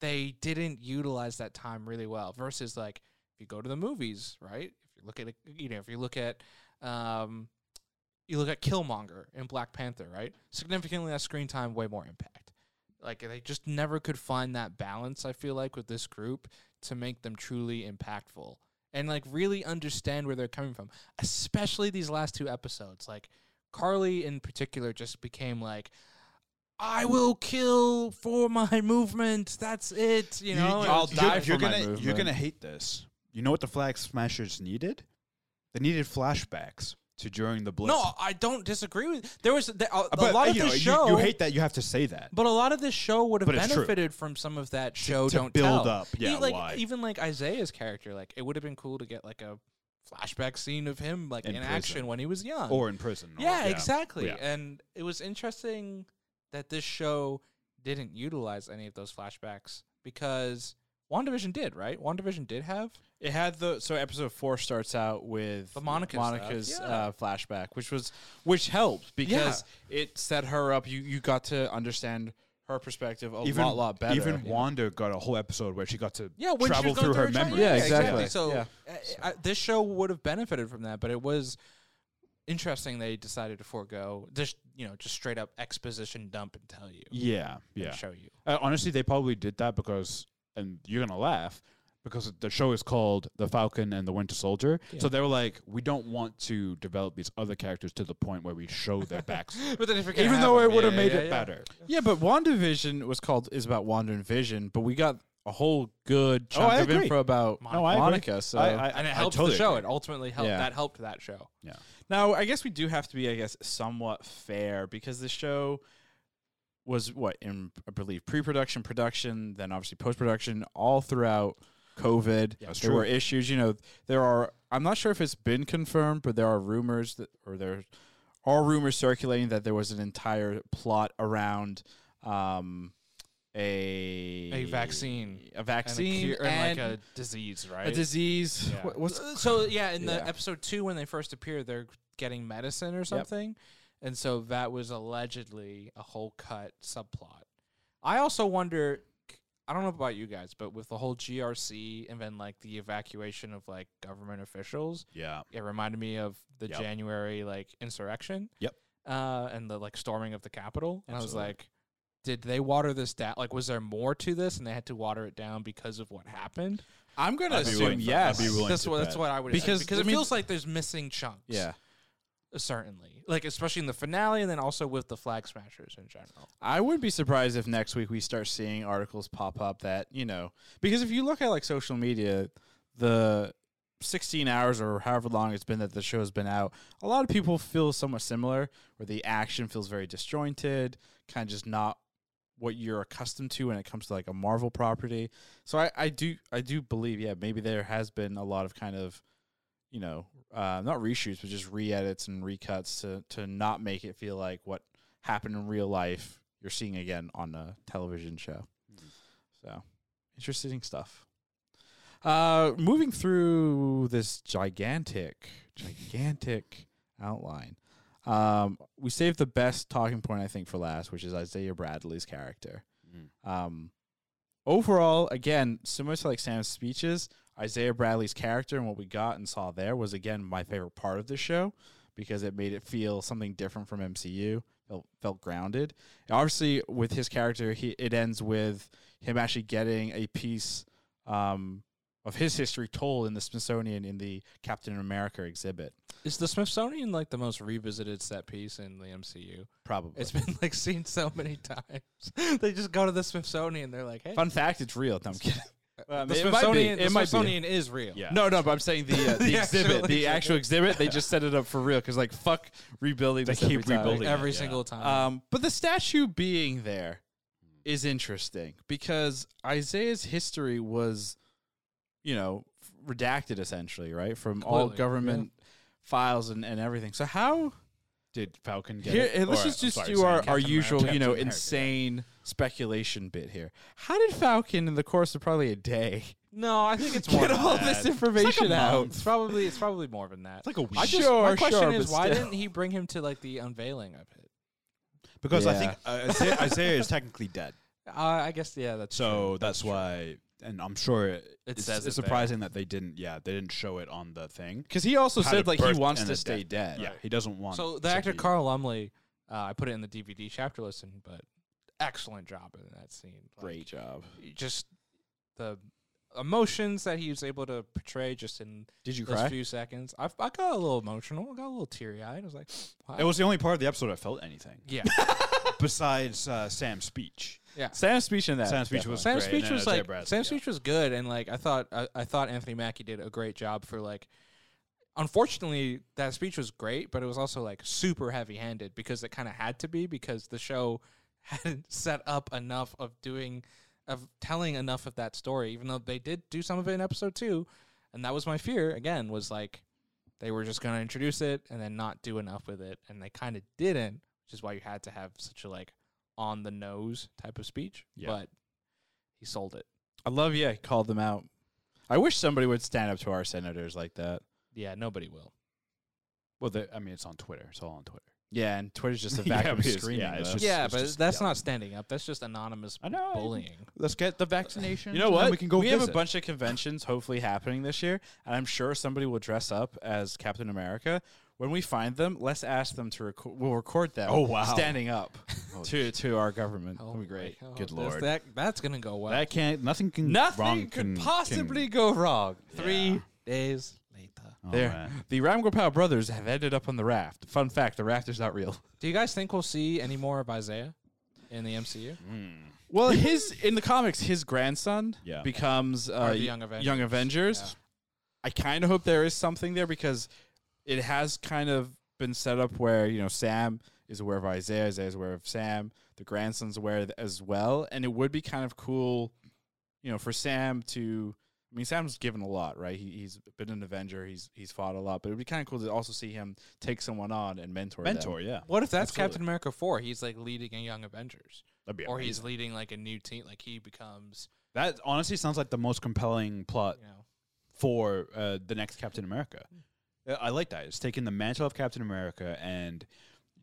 they didn't utilize that time really well. Versus like if you go to the movies, right? If you look at a, you know if you look at um you look at Killmonger and Black Panther, right? Significantly less screen time, way more impact. Like they just never could find that balance. I feel like with this group to make them truly impactful and like really understand where they're coming from, especially these last two episodes. Like Carly in particular just became like. I will kill for my movement. That's it. You know, and I'll it's die you're for my gonna, You're movement. gonna hate this. You know what the flag smashers needed? They needed flashbacks to during the blip. No, I don't disagree with. There was there, a, a but lot uh, of you this know, show. You, you hate that. You have to say that. but a lot of this show would have But it's true. benefited from some of that show to don't build tell. up, E- yeah, like why? even like Isaiah's character, like it would have been cool to get like a flashback scene of him like In in, prison. action when he was young. Or in prison. or- yeah, exactly. Yeah. And it was interesting that this show didn't utilize any of those flashbacks because WandaVision did, right? WandaVision did have it had the so episode four starts out with The Monica stuff, Monica's yeah. uh, flashback, which was which helped because it set her up. You you got to understand her perspective a lot lot better. Even Wanda got a whole episode where she got to Yeah, when travel she was going through her a tri- memories. Yeah, exactly. So Yeah. uh, I, this show would have benefited from that, but it was interesting they decided to forego just you know just straight up exposition dump and tell you, and Yeah, yeah. show you. Uh, honestly, they probably did that because, and you're gonna laugh because the show is called The Falcon and the Winter Soldier. So they were like, we don't want to develop these other characters to the point where we show their <laughs> backstory. But then if Even though it would have made it better. Yeah, but WandaVision was called is about Wanda and Vision, but we got a whole good Oh, chunk I of agree. info about No, Oh, I agree. Monica. So I- I- and it I helped totally the show. It agree. ultimately helped. Yeah. That helped that show. yeah. now I guess we do have to be, I guess, somewhat fair because the show was what in I believe pre-production, production, then obviously post-production, all throughout COVID. That's there true. were issues. You know, there are. I'm not sure if it's been confirmed, but there are rumors that, or there are rumors circulating that there was an entire plot around. Um, a A vaccine a vaccine, and, a cure, and- and like a disease, right? a disease. Yeah. What, what's Uh, so yeah, in Yeah. the episode two when they first appear, they're getting medicine or something, and so that was allegedly a whole cut subplot. I also wonder. I don't know about you guys, but with the whole GRC and then like the evacuation of like government officials, Yeah. it reminded me of the Yep. January like insurrection. Yep. Uh, and the like storming of the Capitol. And I Absolutely. was like, did they water this down? Like, was there more to this, and they had to water it down because of what happened? I'm gonna I'd be assume willing to- I'd yes. be willing that's to what bet. that's what I would Because, because because I it mean- feels like there's missing chunks. uh, Yeah, certainly. Like especially in the finale, and then also with the flag smashers in general. I wouldn't be surprised if next week we start seeing articles pop up that you know because if you look at like social media, the 16 hours or however long it's been that the show has been out, a lot of people feel somewhat similar where the action feels very disjointed, kind of just not what you're accustomed to when it comes to like a Marvel property. So I, I do I do believe yeah maybe there has been a lot of kind of you know uh, not reshoots but just re-edits and recuts to to not make it feel like what happened in real life you're seeing again on a television show. So interesting stuff. Uh, moving through this gigantic gigantic outline. Um, we saved the best talking point I think for last, which is Isaiah Bradley's character. Um, overall, again, similar to like Sam's speeches, Isaiah Bradley's character and what we got and saw there was again my favorite part of this show because it made it feel something different from MCU. Felt, felt grounded. And obviously, with his character, he it ends with him actually getting a piece um, of his history told in the Smithsonian in the Captain America exhibit. Is the Smithsonian like the most revisited set piece in the MCU? Probably. It's been <laughs> like seen so many times. <laughs> they just go to the Smithsonian. They're like, <laughs> hey, Fun fact: It's real. No, I'm kidding. <laughs> the it might be. Smithsonian, the It might be. Smithsonian is real. Yeah. No, no, but I'm saying the <laughs> uh, the, The actual exhibit, the exhibit. actual exhibit. They just set it up for real because like fuck rebuilding. They this keep every time. rebuilding. every Yeah. single time. Um, but the statue being there is interesting because Isaiah's history was, you know, f- redacted essentially, right, from all Completely, yeah. government files and, and everything. So how? Did Falcon get Here, it? and let's Or, just, I'm just sorry, do sorry, our, our Captain usual, America. you know, Captain America. insane speculation bit here. How did Falcon, in the course of probably a day, no, I <laughs> think it's more. get than all that. this It's information like a out? month. It's probably it's probably more than that. It's like a week. I just- my Sure, question sure, is but why still. didn't he bring him to like the unveiling of it? because I Yeah. think uh, <laughs> Isaiah, Isaiah is technically dead. Uh, I guess yeah, that's So true. that's, why, and I'm sure it, it's, says it's it there. surprising that they didn't. Yeah, they didn't show it on the thing. Because he also Had said a like he birth wants and to a stay dead. Yeah, he doesn't want. So the to actor be- Carl Lumley, uh, I put it in the DVD chapter listing, but excellent job in that scene. Like, Great job. just the emotions that he was able to portray just in Did you those cry? few seconds. I, I got a little emotional. I got a little teary eyed. I was like, wow. It was the only part of the episode I felt anything <laughs> yeah. besides uh, Sam's speech. Sam's speech in that. Sam's speech was Sam's great, speech and then was Isaiah like Bradley, Sam's yeah. speech was good, and like I thought, I, I thought Anthony Mackie did a great job for like. Unfortunately, that speech was great, but it was also like super heavy-handed because it kind of had to be because the show <laughs> hadn't set up enough of doing of telling enough of that story. Even though they did do some of it in episode two, and that was my fear again was like they were just going to introduce it and then not do enough with it, and they kind of didn't, which is why you had to have such a like on the nose type of speech. Yeah. But he sold it. I love yeah, he called them out. I wish somebody would stand up to our senators like that. Yeah, nobody will. Well, the, I mean, it's on Twitter. It's all on Twitter. Yeah, and Twitter's just <laughs> a Yeah, vacuum because- screaming. yeah, it's though. just- yeah, it's but just that's yelling. not standing up. That's just anonymous I know, I- bullying. Let's get the vaccination. you know what? We can go. have a bunch of conventions hopefully happening this year, and I'm sure somebody will dress up as Captain America. When we find them, let's ask them to record. We'll record them. Oh, wow. standing <laughs> up to to our government. Oh That'd be my great. God, Good that's- lord. that that's gonna go well. That can't. Nothing can. Nothing wrong could can- possibly Can, go wrong. Three days later. oh, There, man. the Ram Gopal brothers have ended up on the raft. Fun fact: the raft is not real. Do you guys think we'll see any more of Isaiah in the MCU? Mm-hmm. Well, his in the comics, his grandson <laughs> Yeah. becomes uh, the Young Avengers. Avengers. Yeah. I kind of hope there is something there because it has kind of been set up where you know Sam is aware of Isaiah, Isaiah is aware of Sam, the grandson's aware of th- as well, and it would be kind of cool, you know, for Sam to. I mean, Sam's given a lot, right? He, he's been an Avenger. He's he's fought a lot, but it'd be kind of cool to also see him take someone on and mentor. them. mentor. Yeah, What if that's Absolutely. Captain America four? He's like leading a Young Avengers, that'd be or amazing. he's leading like a new team. Like he becomes, That honestly sounds like the most compelling plot you know, for uh, the next Captain America. Mm. Uh, I like that. It's taking the mantle of Captain America and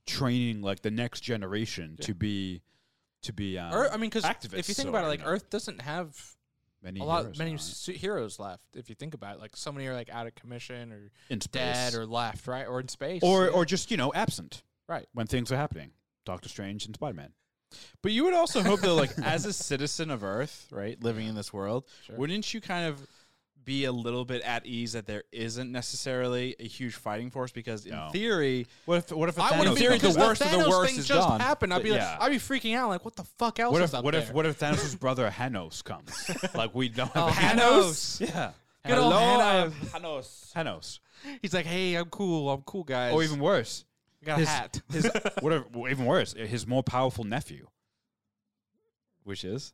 training like the next generation to be to be um, Earth, I mean, because if you activists think about it, or, like you know, Earth doesn't have many a lot, heroes many now, right? su- heroes left. If you think about it, like so many are like out of commission or in space. dead or left, right, or in space, or yeah. or just you know absent Right. when things are happening. Doctor Strange and Spider Man. But you would also hope though, <laughs> like as a citizen of Earth, right, living in this world, Sure. wouldn't you kind of be a little bit at ease that there isn't necessarily a huge fighting force because in No. theory, What if what if I would in have theory, been the the worst worst of Thanos the worst thing is just gone. happened. I'd be Yeah. like, I'd be freaking out. Like, what the fuck else? what is if up what if there? what if Thanos' brother Hanos comes? Like we don't Oh, have Thanos? Yeah. Good old Hello, Hanos. I'm Hanos. <laughs> He's like, hey, I'm cool. I'm cool, guys. Oh, Or even worse, I got his- a hat. <laughs> his what if, well, even worse, his more powerful nephew, <laughs> which is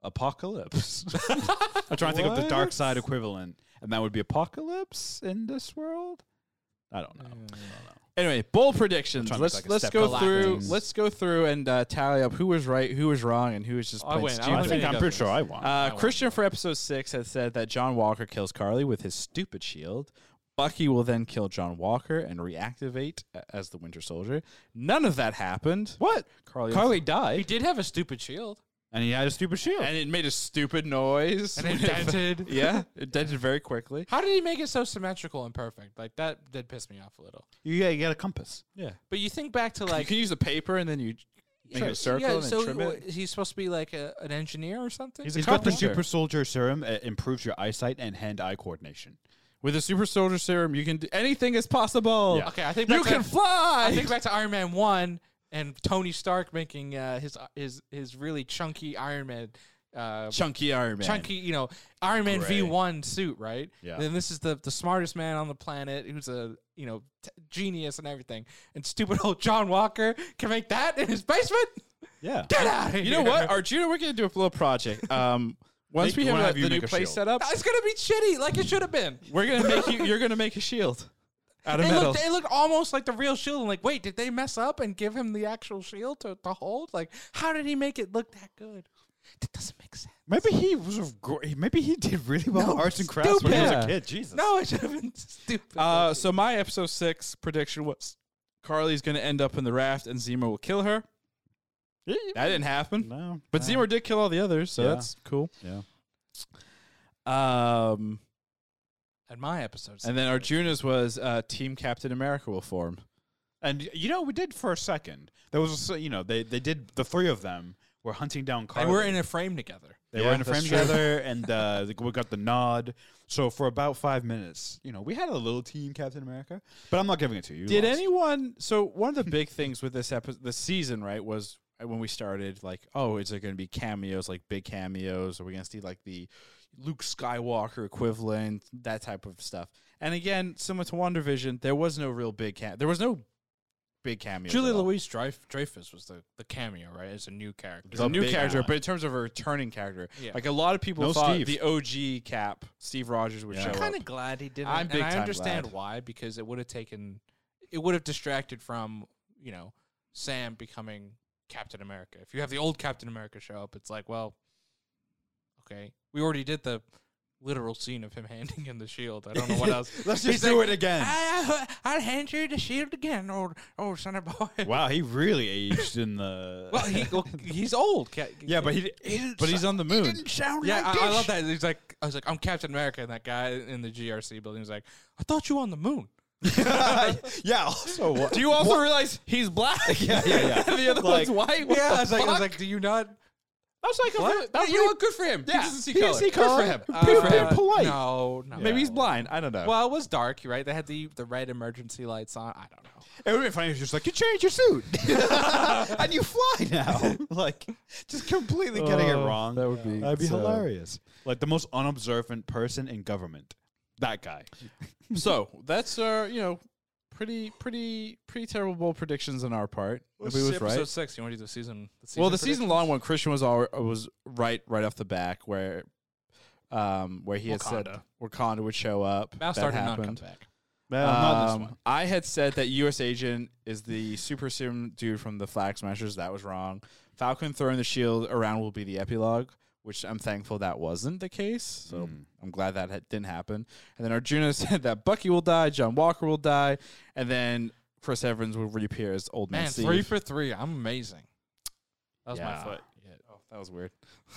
Apocalypse. I'm trying to think of the dark side equivalent, and that would be Apocalypse in this world. I don't know. Mm, I don't know. anyway bold predictions. trying to Let's make, like, a let's step go back. through Galactus. let's go through and uh, tally up who was right, who was wrong, and who was just I plain win. I stupid. win. I think Who I'm goes? pretty sure I won. Uh, won. Christian for episode six had said that John Walker kills Carly with his stupid shield. Bucky will then kill John Walker and reactivate a- as the Winter Soldier. None of that happened. what? Carly, Carly He died, did have a stupid <laughs> shield. and he had a stupid shield. and it made a stupid noise. <laughs> And it dented. yeah, it dented very quickly. How did he make it so symmetrical and perfect? Like that did piss me off a little. you, got- you got a compass. Yeah, But you think back to you like can use the paper and then you make it a circle and then so trim wha- it. he's supposed to be like a, an engineer or something. He's got the carpenter. super soldier serum. It improves your eyesight and hand-eye coordination. With a super soldier serum, you can do anything is possible. Yeah. Okay, I think You back to- can fly. I think back to Iron Man one and Tony Stark making uh, his his his really chunky Iron Man. Uh, Chunky Iron Man. Chunky, you know, Iron Man Great. V one suit, right? Yeah. Then this is the the smartest man on the planet, who's a you know t- genius and everything. And stupid old John Walker can make that in his basement. Yeah. Get out of here! You know what, Arjuna? We're gonna do a little project. Um, once Make- we we'll have, have uh, you the new make a place shield. set up, <laughs> It's gonna be shitty, like it should have been. we're gonna make you. You're gonna make a shield out of It metal. looked, it looked almost like the real shield. I'm like, wait, did they mess up and give him the actual shield to, to hold? Like, how did he make it look that good? That doesn't make sense. Maybe he was. a gr- Maybe he did really well in arts and crafts when he was stupid. a kid. Jesus. No, it should have been <laughs> stupid. Uh, so my episode six prediction was Carly's gonna end up in the raft and Zemo will kill her. That didn't happen. No. But no. Zemo did kill all the others, so Yeah. that's cool. Yeah. Um, and my episodes. and then Arjuna's was uh, Team Captain America will form. And you know, we did for a second. There was, a, you know, they they did the three of them were hunting down they Carly. were in a frame together. They Yeah, were in a that's frame true. together, and uh, the- we got the nod. So for about five minutes, you know, we had a little team Captain America, but I'm not giving it to you. You Did lost. anyone? So one of the big things with this episode, the season, right, was when we started like, oh, is there going to be cameos, like big cameos? Are we going to see like the Luke Skywalker equivalent, that type of stuff? And again, similar to Wonder Vision, there was no real big cam. There was no big cameo. Julie Louise Dreyf- Dreyfus was the, the cameo, right? As a new character. It's a new big character, one. but in terms of a returning character, Yeah. like a lot of people No thought Steve. the OG Cap, Steve Rogers, would Yeah. show I'm kind up. of glad he didn't. I'm big and I time understand glad. why because it would have taken, it would have distracted from you know Sam becoming Captain America. If you have the old Captain America show up, it's like, well, okay, we already did the literal scene of him <laughs> handing him the shield. I don't know <laughs> what else. Let's He's just do like, "Ah." it again. I, I, I'll hand you the shield again, old old son of boy. wow, he really aged in the. Well, he well, he's old. Ca- yeah, but he, di- he didn't. But he's on the he moon. didn't sound Yeah, like I, I this. love that. He's like, I was like, I'm Captain America, and that guy in the GRC building was like, I thought you were on the moon. <laughs> yeah. Also, <laughs> what? Do you also realize he's black? yeah, yeah, yeah. the other Like- one's white. What yeah, the I was like, I was fuck? like, do you not? I was like, What? that was you know what? Good for him. Yeah, he doesn't see he color. doesn't see Good color. for him. People Uh, being polite. No, <laughs> no. Maybe he's blind. I don't know. Well, it was dark, you're right? They had the the red emergency lights on. I don't know. It would be funny if you're just like, you change your suit <laughs> and you fly now. like, just completely getting it wrong. That would be. That'd be hilarious. Like the most unobservant person in government. That guy. So that's uh, you know, pretty, pretty, pretty terrible bold predictions on our part. Nobody was episode right. six. You want to do the season? The season Well, the season long one, Christian was all was right right off the back where, um, where he had said Wakanda. Wakanda would show up. Now that started not come happened. back. Um, I had said that U.S. Agent is the super serum dude from the Flag Smashers. That was wrong. Falcon throwing the shield around will be the epilogue, which I'm thankful that wasn't the case. So I'm glad that ha- didn't happen. And then Arjuna <laughs> said that Bucky will die, John Walker will die, and then Chris Evans will reappear as Old Man, Man, Steve. three for three. I'm amazing. That was my Yeah. foot. Oh, that was weird.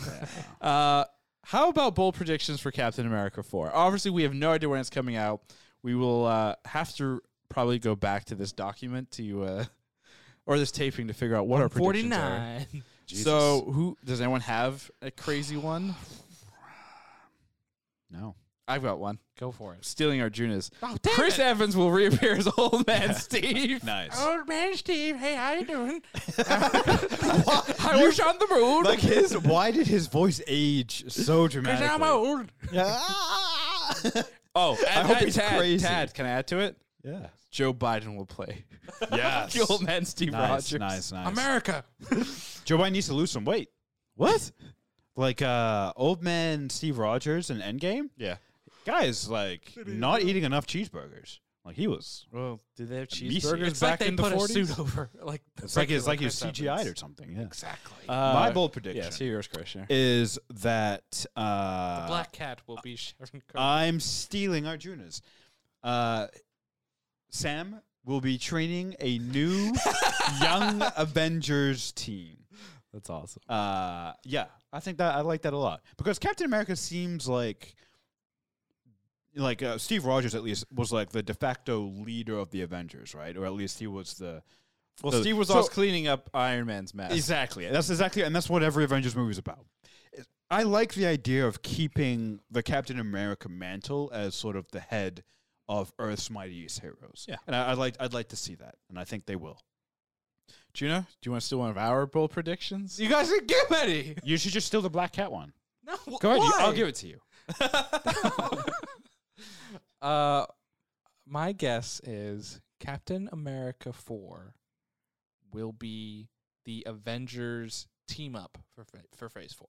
<laughs> uh, how about bold predictions for Captain America 4? Obviously, we have no idea when it's coming out. We will uh, have to probably go back to this document to uh, <laughs> or this taping to figure out what our Forty predictions are. nine. So, who does anyone have a crazy one? no. I've got one. <laughs> Go for it. Stealing our Junas. Oh, damn Chris it. Evans will reappear as Old Man <laughs> Steve. Nice. Old man Steve, hey, how you doing? I was on the moon. <laughs> Like his, why did his voice age so dramatically? I'm old. Yeah. oh, and hope Tad- he's Tad, crazy. Tad, can I add to it? <laughs> yeah. Joe Biden will play Yes. the Old Man Steve nice, Rogers. nice, nice. America. Joe Biden needs to lose some weight. What? Like uh, old man Steve Rogers in Endgame. Yeah. Guy is like not eating enough cheeseburgers. Like he was. Well, did they have Amici. cheeseburgers It's back like they in the put 40s? a suit over. Like It's like it's like he was Chris CGI'd Evans. or something. Yeah. Exactly. My bold <laughs> prediction Yeah, see yours, Christian. is that uh, Black Cat will be Sharon Carter. I'm stealing Arjuna's. Uh, Sam will be training a new young Avengers team. That's awesome. Uh, yeah, I think that I like that a lot because Captain America seems like like uh, Steve Rogers at least was like the de facto leader of the Avengers, right? Or at least he was the Well, So- Steve was so- always cleaning up Iron Man's mess. Exactly. That's exactly, and that's what every Avengers movie is about. I like the idea of keeping the Captain America mantle as sort of the head of Earth's mightiest heroes. Yeah. and I, I'd like I'd like to see that, and I think they will. Juno, do you want to steal one of our bold predictions? You guys didn't give any. You should just steal the Black Cat one. No. Go ahead, you- why? I'll give it to you. <laughs> uh, my guess is Captain America 4 will be the Avengers team up for pha- for phase 4.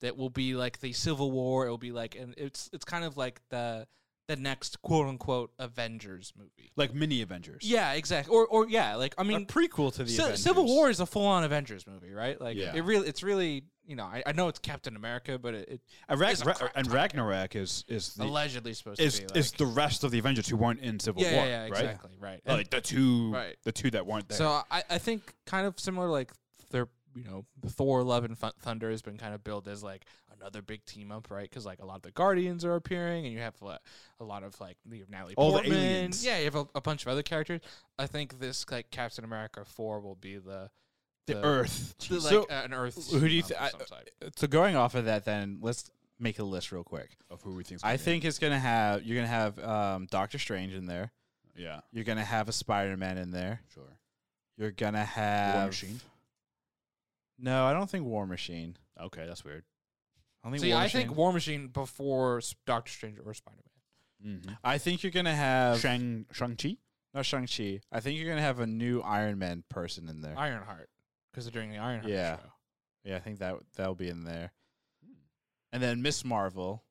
That will be like the Civil War, it will be like and it's it's kind of like the the next quote unquote Avengers movie. Like mini Avengers. Yeah, exactly. Or or yeah, like I mean a prequel to the Ci- Avengers. Civil War is a full on Avengers movie, right? Like Yeah. it really it's really, you know, I, I know it's Captain America, but it, it and, Rag- It's a Ra- crap and time. Ragnarok is is the allegedly supposed is, to be like, is the rest of the Avengers who weren't in Civil yeah, War, yeah, yeah, right? exactly, right. And- Like the two, Right. the two that weren't there. So I, I think kind of similar like their you know Thor Love and Th- Thunder has been kind of billed as like another big team up right because like a lot of the Guardians are appearing and you have a, a lot of like you have Natalie All the Portman aliens. yeah you have a, a bunch of other characters I think this like Captain America four will be the the, uh, Earth. the, like So, uh, an Earth who do you team-up thi- of some type. So going off of that, then let's make a list real quick. of who we think. I think it's gonna have you're gonna have um, Doctor Strange in there. Yeah, You're gonna have a Spider Man in there. sure. You're gonna have Machine? No, I don't think War Machine. Okay, that's weird. I don't think see War I Machine. think War Machine before S- Doctor Strange or Spider Man I think you're gonna have Mm-hmm. Shang Shang Chi. no Shang Chi. I think you're gonna have a new Iron Man person in there. Ironheart because they're doing the <laughs> Ironheart Yeah. show yeah, I think that that'll be in there. And then Miss Marvel.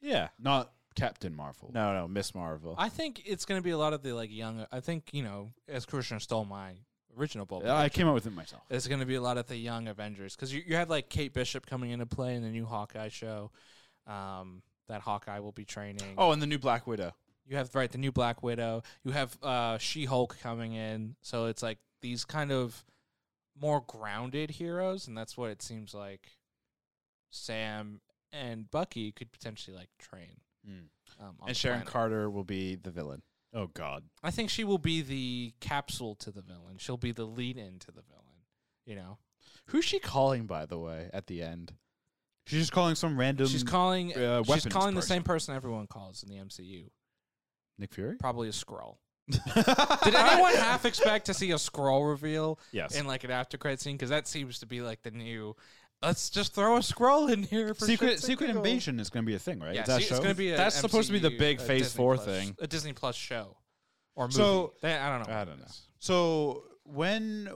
Yeah. Not Captain Marvel. No, no, Miss Marvel. I think it's going to be a lot of the like young. I think you know, as Krishna stole my original bulb. I came up with it myself. It's going to be a lot of the young Avengers because you you have like Kate Bishop coming into play in the new Hawkeye show. Um, that Hawkeye will be training. oh, and the new Black Widow. you have right the new Black Widow. You have uh, She Hulk coming in. So it's like these kind of more grounded heroes, and that's what it seems like. Sam and Bucky could potentially like train. Mm. Um, and on the Sharon planet. Carter will be the villain. Oh God. I think she will be the capsule to the villain. She'll be the lead in to the villain. You know, Who's she calling, by the way, at the end? She's just calling some random. she's calling. uh, she's weapons calling the person. same person everyone calls in the MCU. Nick Fury. Probably a scroll. Did anyone half expect to see a scroll reveal Yes. in like an after credit scene? Because that seems to be like the new. Let's just throw a scroll in here for Secret shits and Secret giggles." Invasion is going to be a thing, right? Yeah, Is that see, a it's show? going to be a That's supposed to be the MCU, big a Phase Disney 4 Plus- thing. a Disney Plus show or movie. So- They- I don't know. I what don't it know. is. So when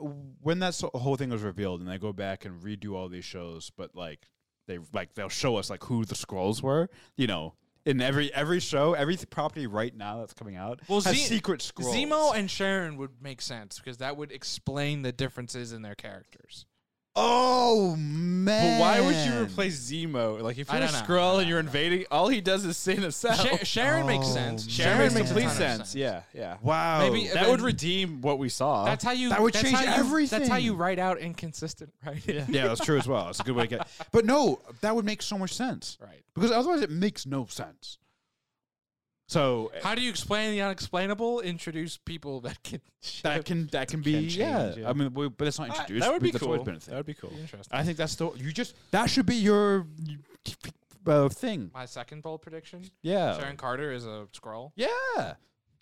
when that so- whole thing was revealed, and they go back and redo all these shows, but like they like they'll show us like who the scrolls were, you know. In every every show, every th- property right now that's coming out Well, has Ze- secret scrolls. Zemo and Sharon would make sense because that would explain the differences in their <laughs> characters. oh man! But why would you replace Zemo? Like, if I you're a don't know. Skrull and you're invading, all he does is sin himself. <laughs> Sha- Sharon makes Oh, sense. man. Sharon makes Sharon makes a complete a ton of sense. Yeah, yeah. Wow. Maybe- That would then- redeem what we saw. That's how you. That would that's change how you- That's how everything. you write out inconsistent <laughs> writing. yeah, that's true as well. It's a good way to get. But no, that would make so much sense Right. because otherwise it makes no sense. So How do you explain the unexplainable? Introduce people that can. <laughs> that can that can be Can change, yeah. yeah. I mean, we, but it's not Uh, introduced. that would but be that's cool. always been a That thing. would be cool. Interesting. I think that's the you just that should be your uh, thing. My second bold prediction: Yeah. Sharon Carter is a scroll. Yeah.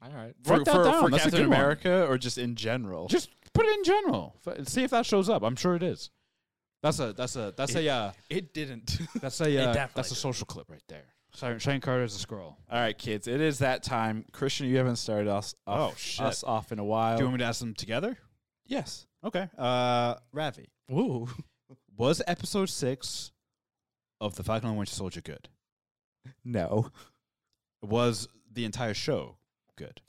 All right. For, Write that for, down. for That's a Captain good one. America or just in general? Just put it in general. F- See if that shows up. I'm sure it is. That's a that's a that's a uh, It <laughs> didn't. that's a uh, definitely that's a social clip right there. Sharon Sharon Carter is a scroll. all right, kids. It is that time. Christian, you haven't started us off, Oh, shit. us off in a while. Do you want me to ask them together? yes. Okay. Uh, Ravi. <laughs> Ooh. Was episode six of The Falcon and Winter Soldier good? No. Was the entire show good?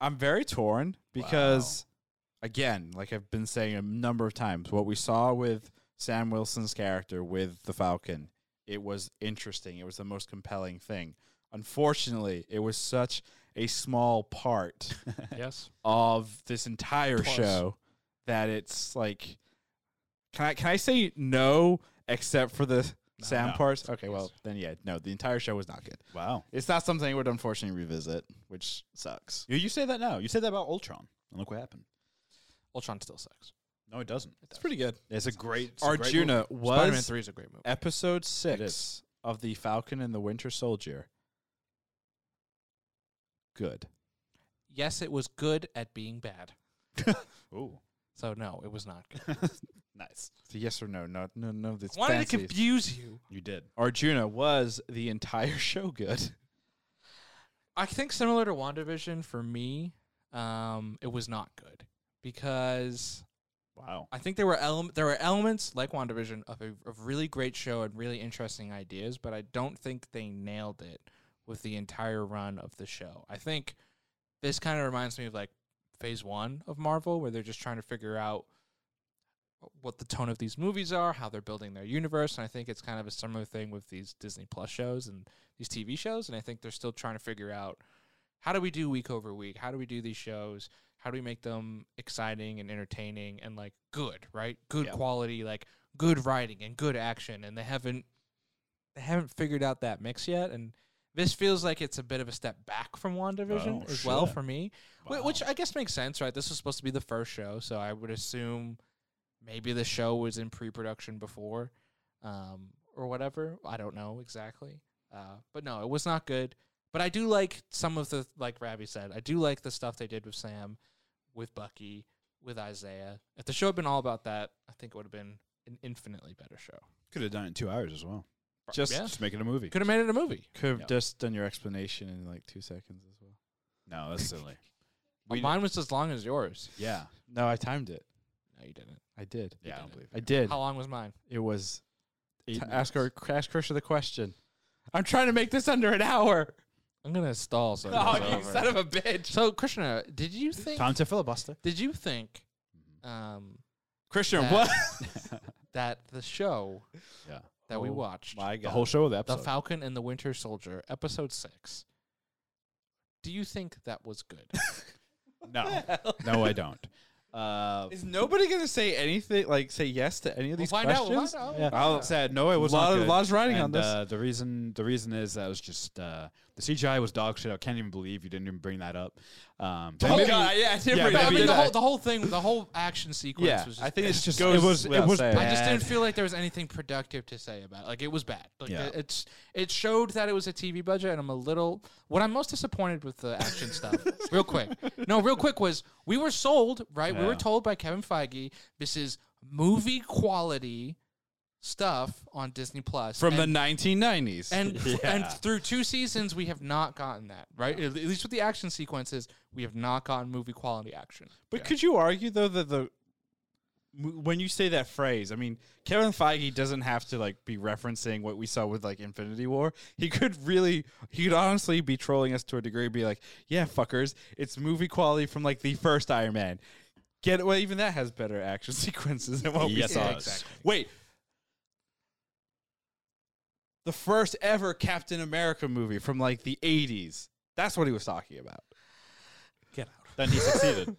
I'm very torn because, again, like I've been saying a number of times, what we saw with Sam Wilson's character with the Falcon, it was interesting. It was the most compelling thing. Unfortunately, it was such a small part Yes. of this entire Plus. show that it's like, can I can I say no except for the Sam No. parts? Okay, well then yeah, no, the entire show was not good. Wow. It's not something I would unfortunately revisit, which sucks. You, you say that now. You said that about Ultron. And look what happened. Ultron still sucks. No, it doesn't. It's pretty good. It's a great. it's a great movie. Arjuna Spider Man was 3 is a great movie. episode is. six of the Falcon and the Winter Soldier. Good. Yes, it was good at being bad. Ooh, So, no, it was not good. <laughs> nice. It's a yes or no. No, no, no. That's Wanted fancy. to confuse you. You did. Arjuna was the entire <laughs> show good. I think similar to WandaVision for me, um, it was not good because Wow. I think there were ele- there were elements like WandaVision of a of really great show and really interesting ideas, but I don't think they nailed it with the entire run of the show. I think this kind of reminds me of like phase 1 of Marvel where they're just trying to figure out what the tone of these movies are, how they're building their universe, and I think it's kind of a similar thing with these Disney Plus shows and these TV shows and I think they're still trying to figure out how do we do week over week? How do we do these shows? How do we make them exciting and entertaining and like good, right? Good Yeah. quality, like good writing and good action and they haven't they haven't figured out that mix yet and this feels like it's a bit of a step back from WandaVision Oh, as well shit. for me. Whi- Wow. Which I guess makes sense, right? This was supposed to be the first show, so I would assume maybe the show was in pre-production before, um, or whatever. I don't know exactly, uh, but no, it was not good. But I do like some of the like Rabbi said. I do like the stuff they did with Sam, with Bucky, with Isaiah. If the show had been all about that, I think it would have been an infinitely better show. Could have done it in two hours as well. Just yeah, Just make it a movie. could have made it a movie. could have Yeah. just done your explanation in like two seconds as well. No, that's <laughs> silly. Well, We- mine was as long as yours. Yeah. No, I timed it. No, you didn't. I did. Yeah, I don't did. believe I did. How long was mine? It was. Eight T- ask our minutes. ask Krisha the question. I'm trying to make this under an hour. I'm gonna stall. So it <laughs> Oh, goes you over. son of a bitch! So Krishna, did you think? Time to filibuster. Did you think Mm-hmm. um, Christian, That- <laughs> what? that the show <laughs> Yeah. that we Oh watched, The whole show of the The episode. Falcon and the Winter Soldier, episode six, do you think that <laughs> was good? no. No, I don't. Uh, Is nobody gonna say anything? Like say yes to any of We'll these find out, we'll questions? find out, Yeah. we'll find I'll out. say- said no, it was Lot not of- good. lots riding on And, this. Uh, the reason the reason is that was just uh, the CGI was dog shit. I can't even believe you didn't even bring that up. Um, so Oh maybe- god, yeah, I did bring Yeah, No, that I up. maybe mean the that- whole, the whole thing, the whole action sequence yeah, was. Just I think it's bad. just It was- it without was saying. I just didn't bad. feel like there was anything productive to say about. it. Like it was bad. Like Yeah. it- it's it showed that it was a TV budget, and I'm a little. What I'm most disappointed with the action <laughs> stuff, real quick. No, real quick was we were sold right. We Yeah. were told by Kevin Feige this is movie quality stuff on Disney Plus from and the 1990s. and <laughs> Yeah. and through two seasons we have not gotten that right at at least with the action sequences we have not gotten movie quality action but could you argue though that the m- when you say that phrase, I mean Kevin Feige doesn't have to like be referencing what we saw with like Infinity War. He could really, he could honestly be trolling us to a degree. Be like, yeah, fuckers, it's movie quality from like the first Iron Man. Get well, even that has better action <laughs> sequences than what Yes, we it saw. does. Exactly. Wait. The first ever Captain America movie from like the 80s. That's what he was talking about. then <laughs> he succeeded.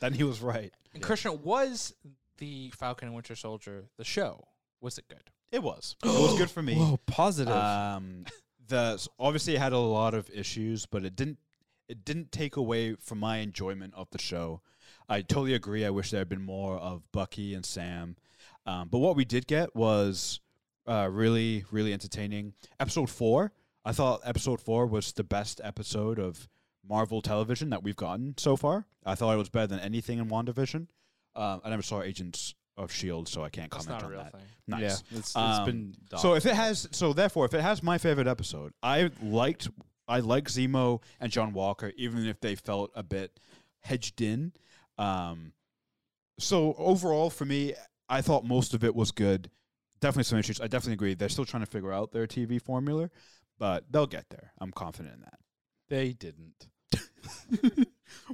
then he was right. and Krishna was the Falcon and Winter Soldier the show was it good It was. It was good for me. positive. Um, the s- obviously it had a lot of issues, but it didn't it didn't take away from my enjoyment of the show. I totally agree. I wish there had been more of Bucky and Sam, um, but what we did get was uh, really really entertaining. Episode four, I thought episode four was the best episode of Marvel television that we've gotten so far. I thought it was better than anything in WandaVision. Um, I never saw Agents of Shield, so I can't that's not comment a on real that. thing Nice. Yeah, it's, it's Um, been So if it has, so therefore, if it has my favorite episode, I liked, I like Zemo and John Walker, even if they felt a bit hedged in. Um, so overall, for me, I thought most of it was good. Definitely some issues. I definitely agree. They're still trying to figure out their TV formula, but they'll get there. I'm confident in that. they didn't.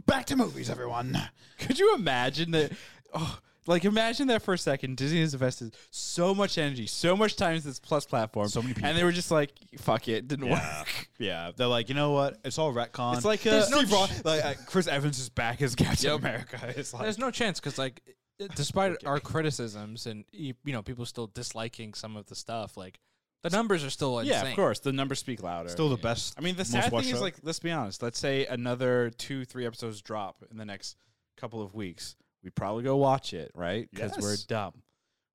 Back to movies, everyone. <laughs> Could you imagine that? Oh, like imagine that for a second. Disney has invested so much energy, so much time into this Plus platform, So many and they were just like, "Fuck it, didn't Yeah. work." <laughs> Yeah, they're like, you know what? It's all retcon. It's like There's a- <laughs> Steve Ross, <laughs> like uh, Chris Evans is back as Captain Yep. America. <laughs> It's like there's no chance because like i- despite our criticisms and y- you know people still disliking some of the stuff like the numbers are still insane Yeah, of course. The numbers speak louder. still the best. I mean, the most sad thing watched is show. like, let's be honest. Let's say another two, three episodes drop in the next couple of weeks. we probably go watch it, right? Because we're Yes. dumb.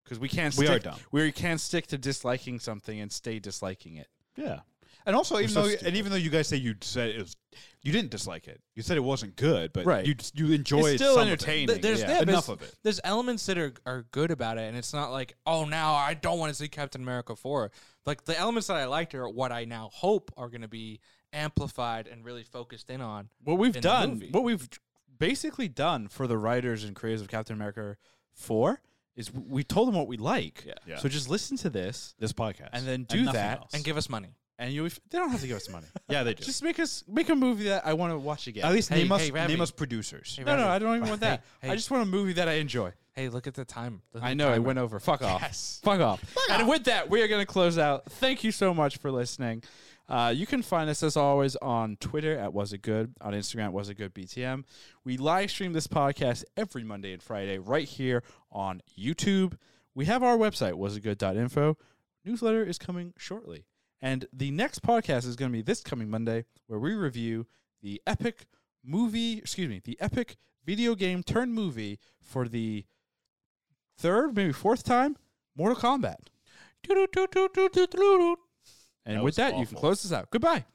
Because we can't. We Stick, are dumb. We can't stick to disliking something and stay disliking it. Yeah. And also, even so though, stupid. and even though you guys say you said it was, you didn't dislike it. You said it wasn't good, but Right. you you enjoyed. It's still some of it. entertaining. Th- there's yeah. yeah, but Enough it's- of it. There's elements that are, are good about it, and it's not like, oh, now I don't want to see Captain America four. Like the elements that I liked are what I now hope are going to be amplified and really focused in on. what we've in the done, movie. what we've basically done for the writers and creators of Captain America 4 is w- we told them what we like. Yeah. Yeah. So just listen to this This podcast, and then do nothing that else. And give us money. and you they don't have to give us <laughs> money. yeah, they do. just make us make a movie that I want to watch again. At least Hey, name us hey, Ravi. name us producers. Hey, no, no, Ravi, I don't <laughs> even want that. Hey, I hey. just want a movie that I enjoy. Hey, look at the time. Look at I the know it timer. went over. Fuck off. Yes. Fuck off. and with that, we are going to close out. Thank you so much for listening. Uh, you can find us as always on Twitter at Was It Good, on Instagram at Was It Good BTM. We live stream this podcast every Monday and Friday right here on YouTube. We have our website, wasitgood.info. Newsletter is coming shortly. And the next podcast is going to be this coming Monday, where we review the epic movie, excuse me, the epic video game turned movie for the third, maybe fourth time, Mortal Kombat. And That with was that, you can awful. close this out. Goodbye.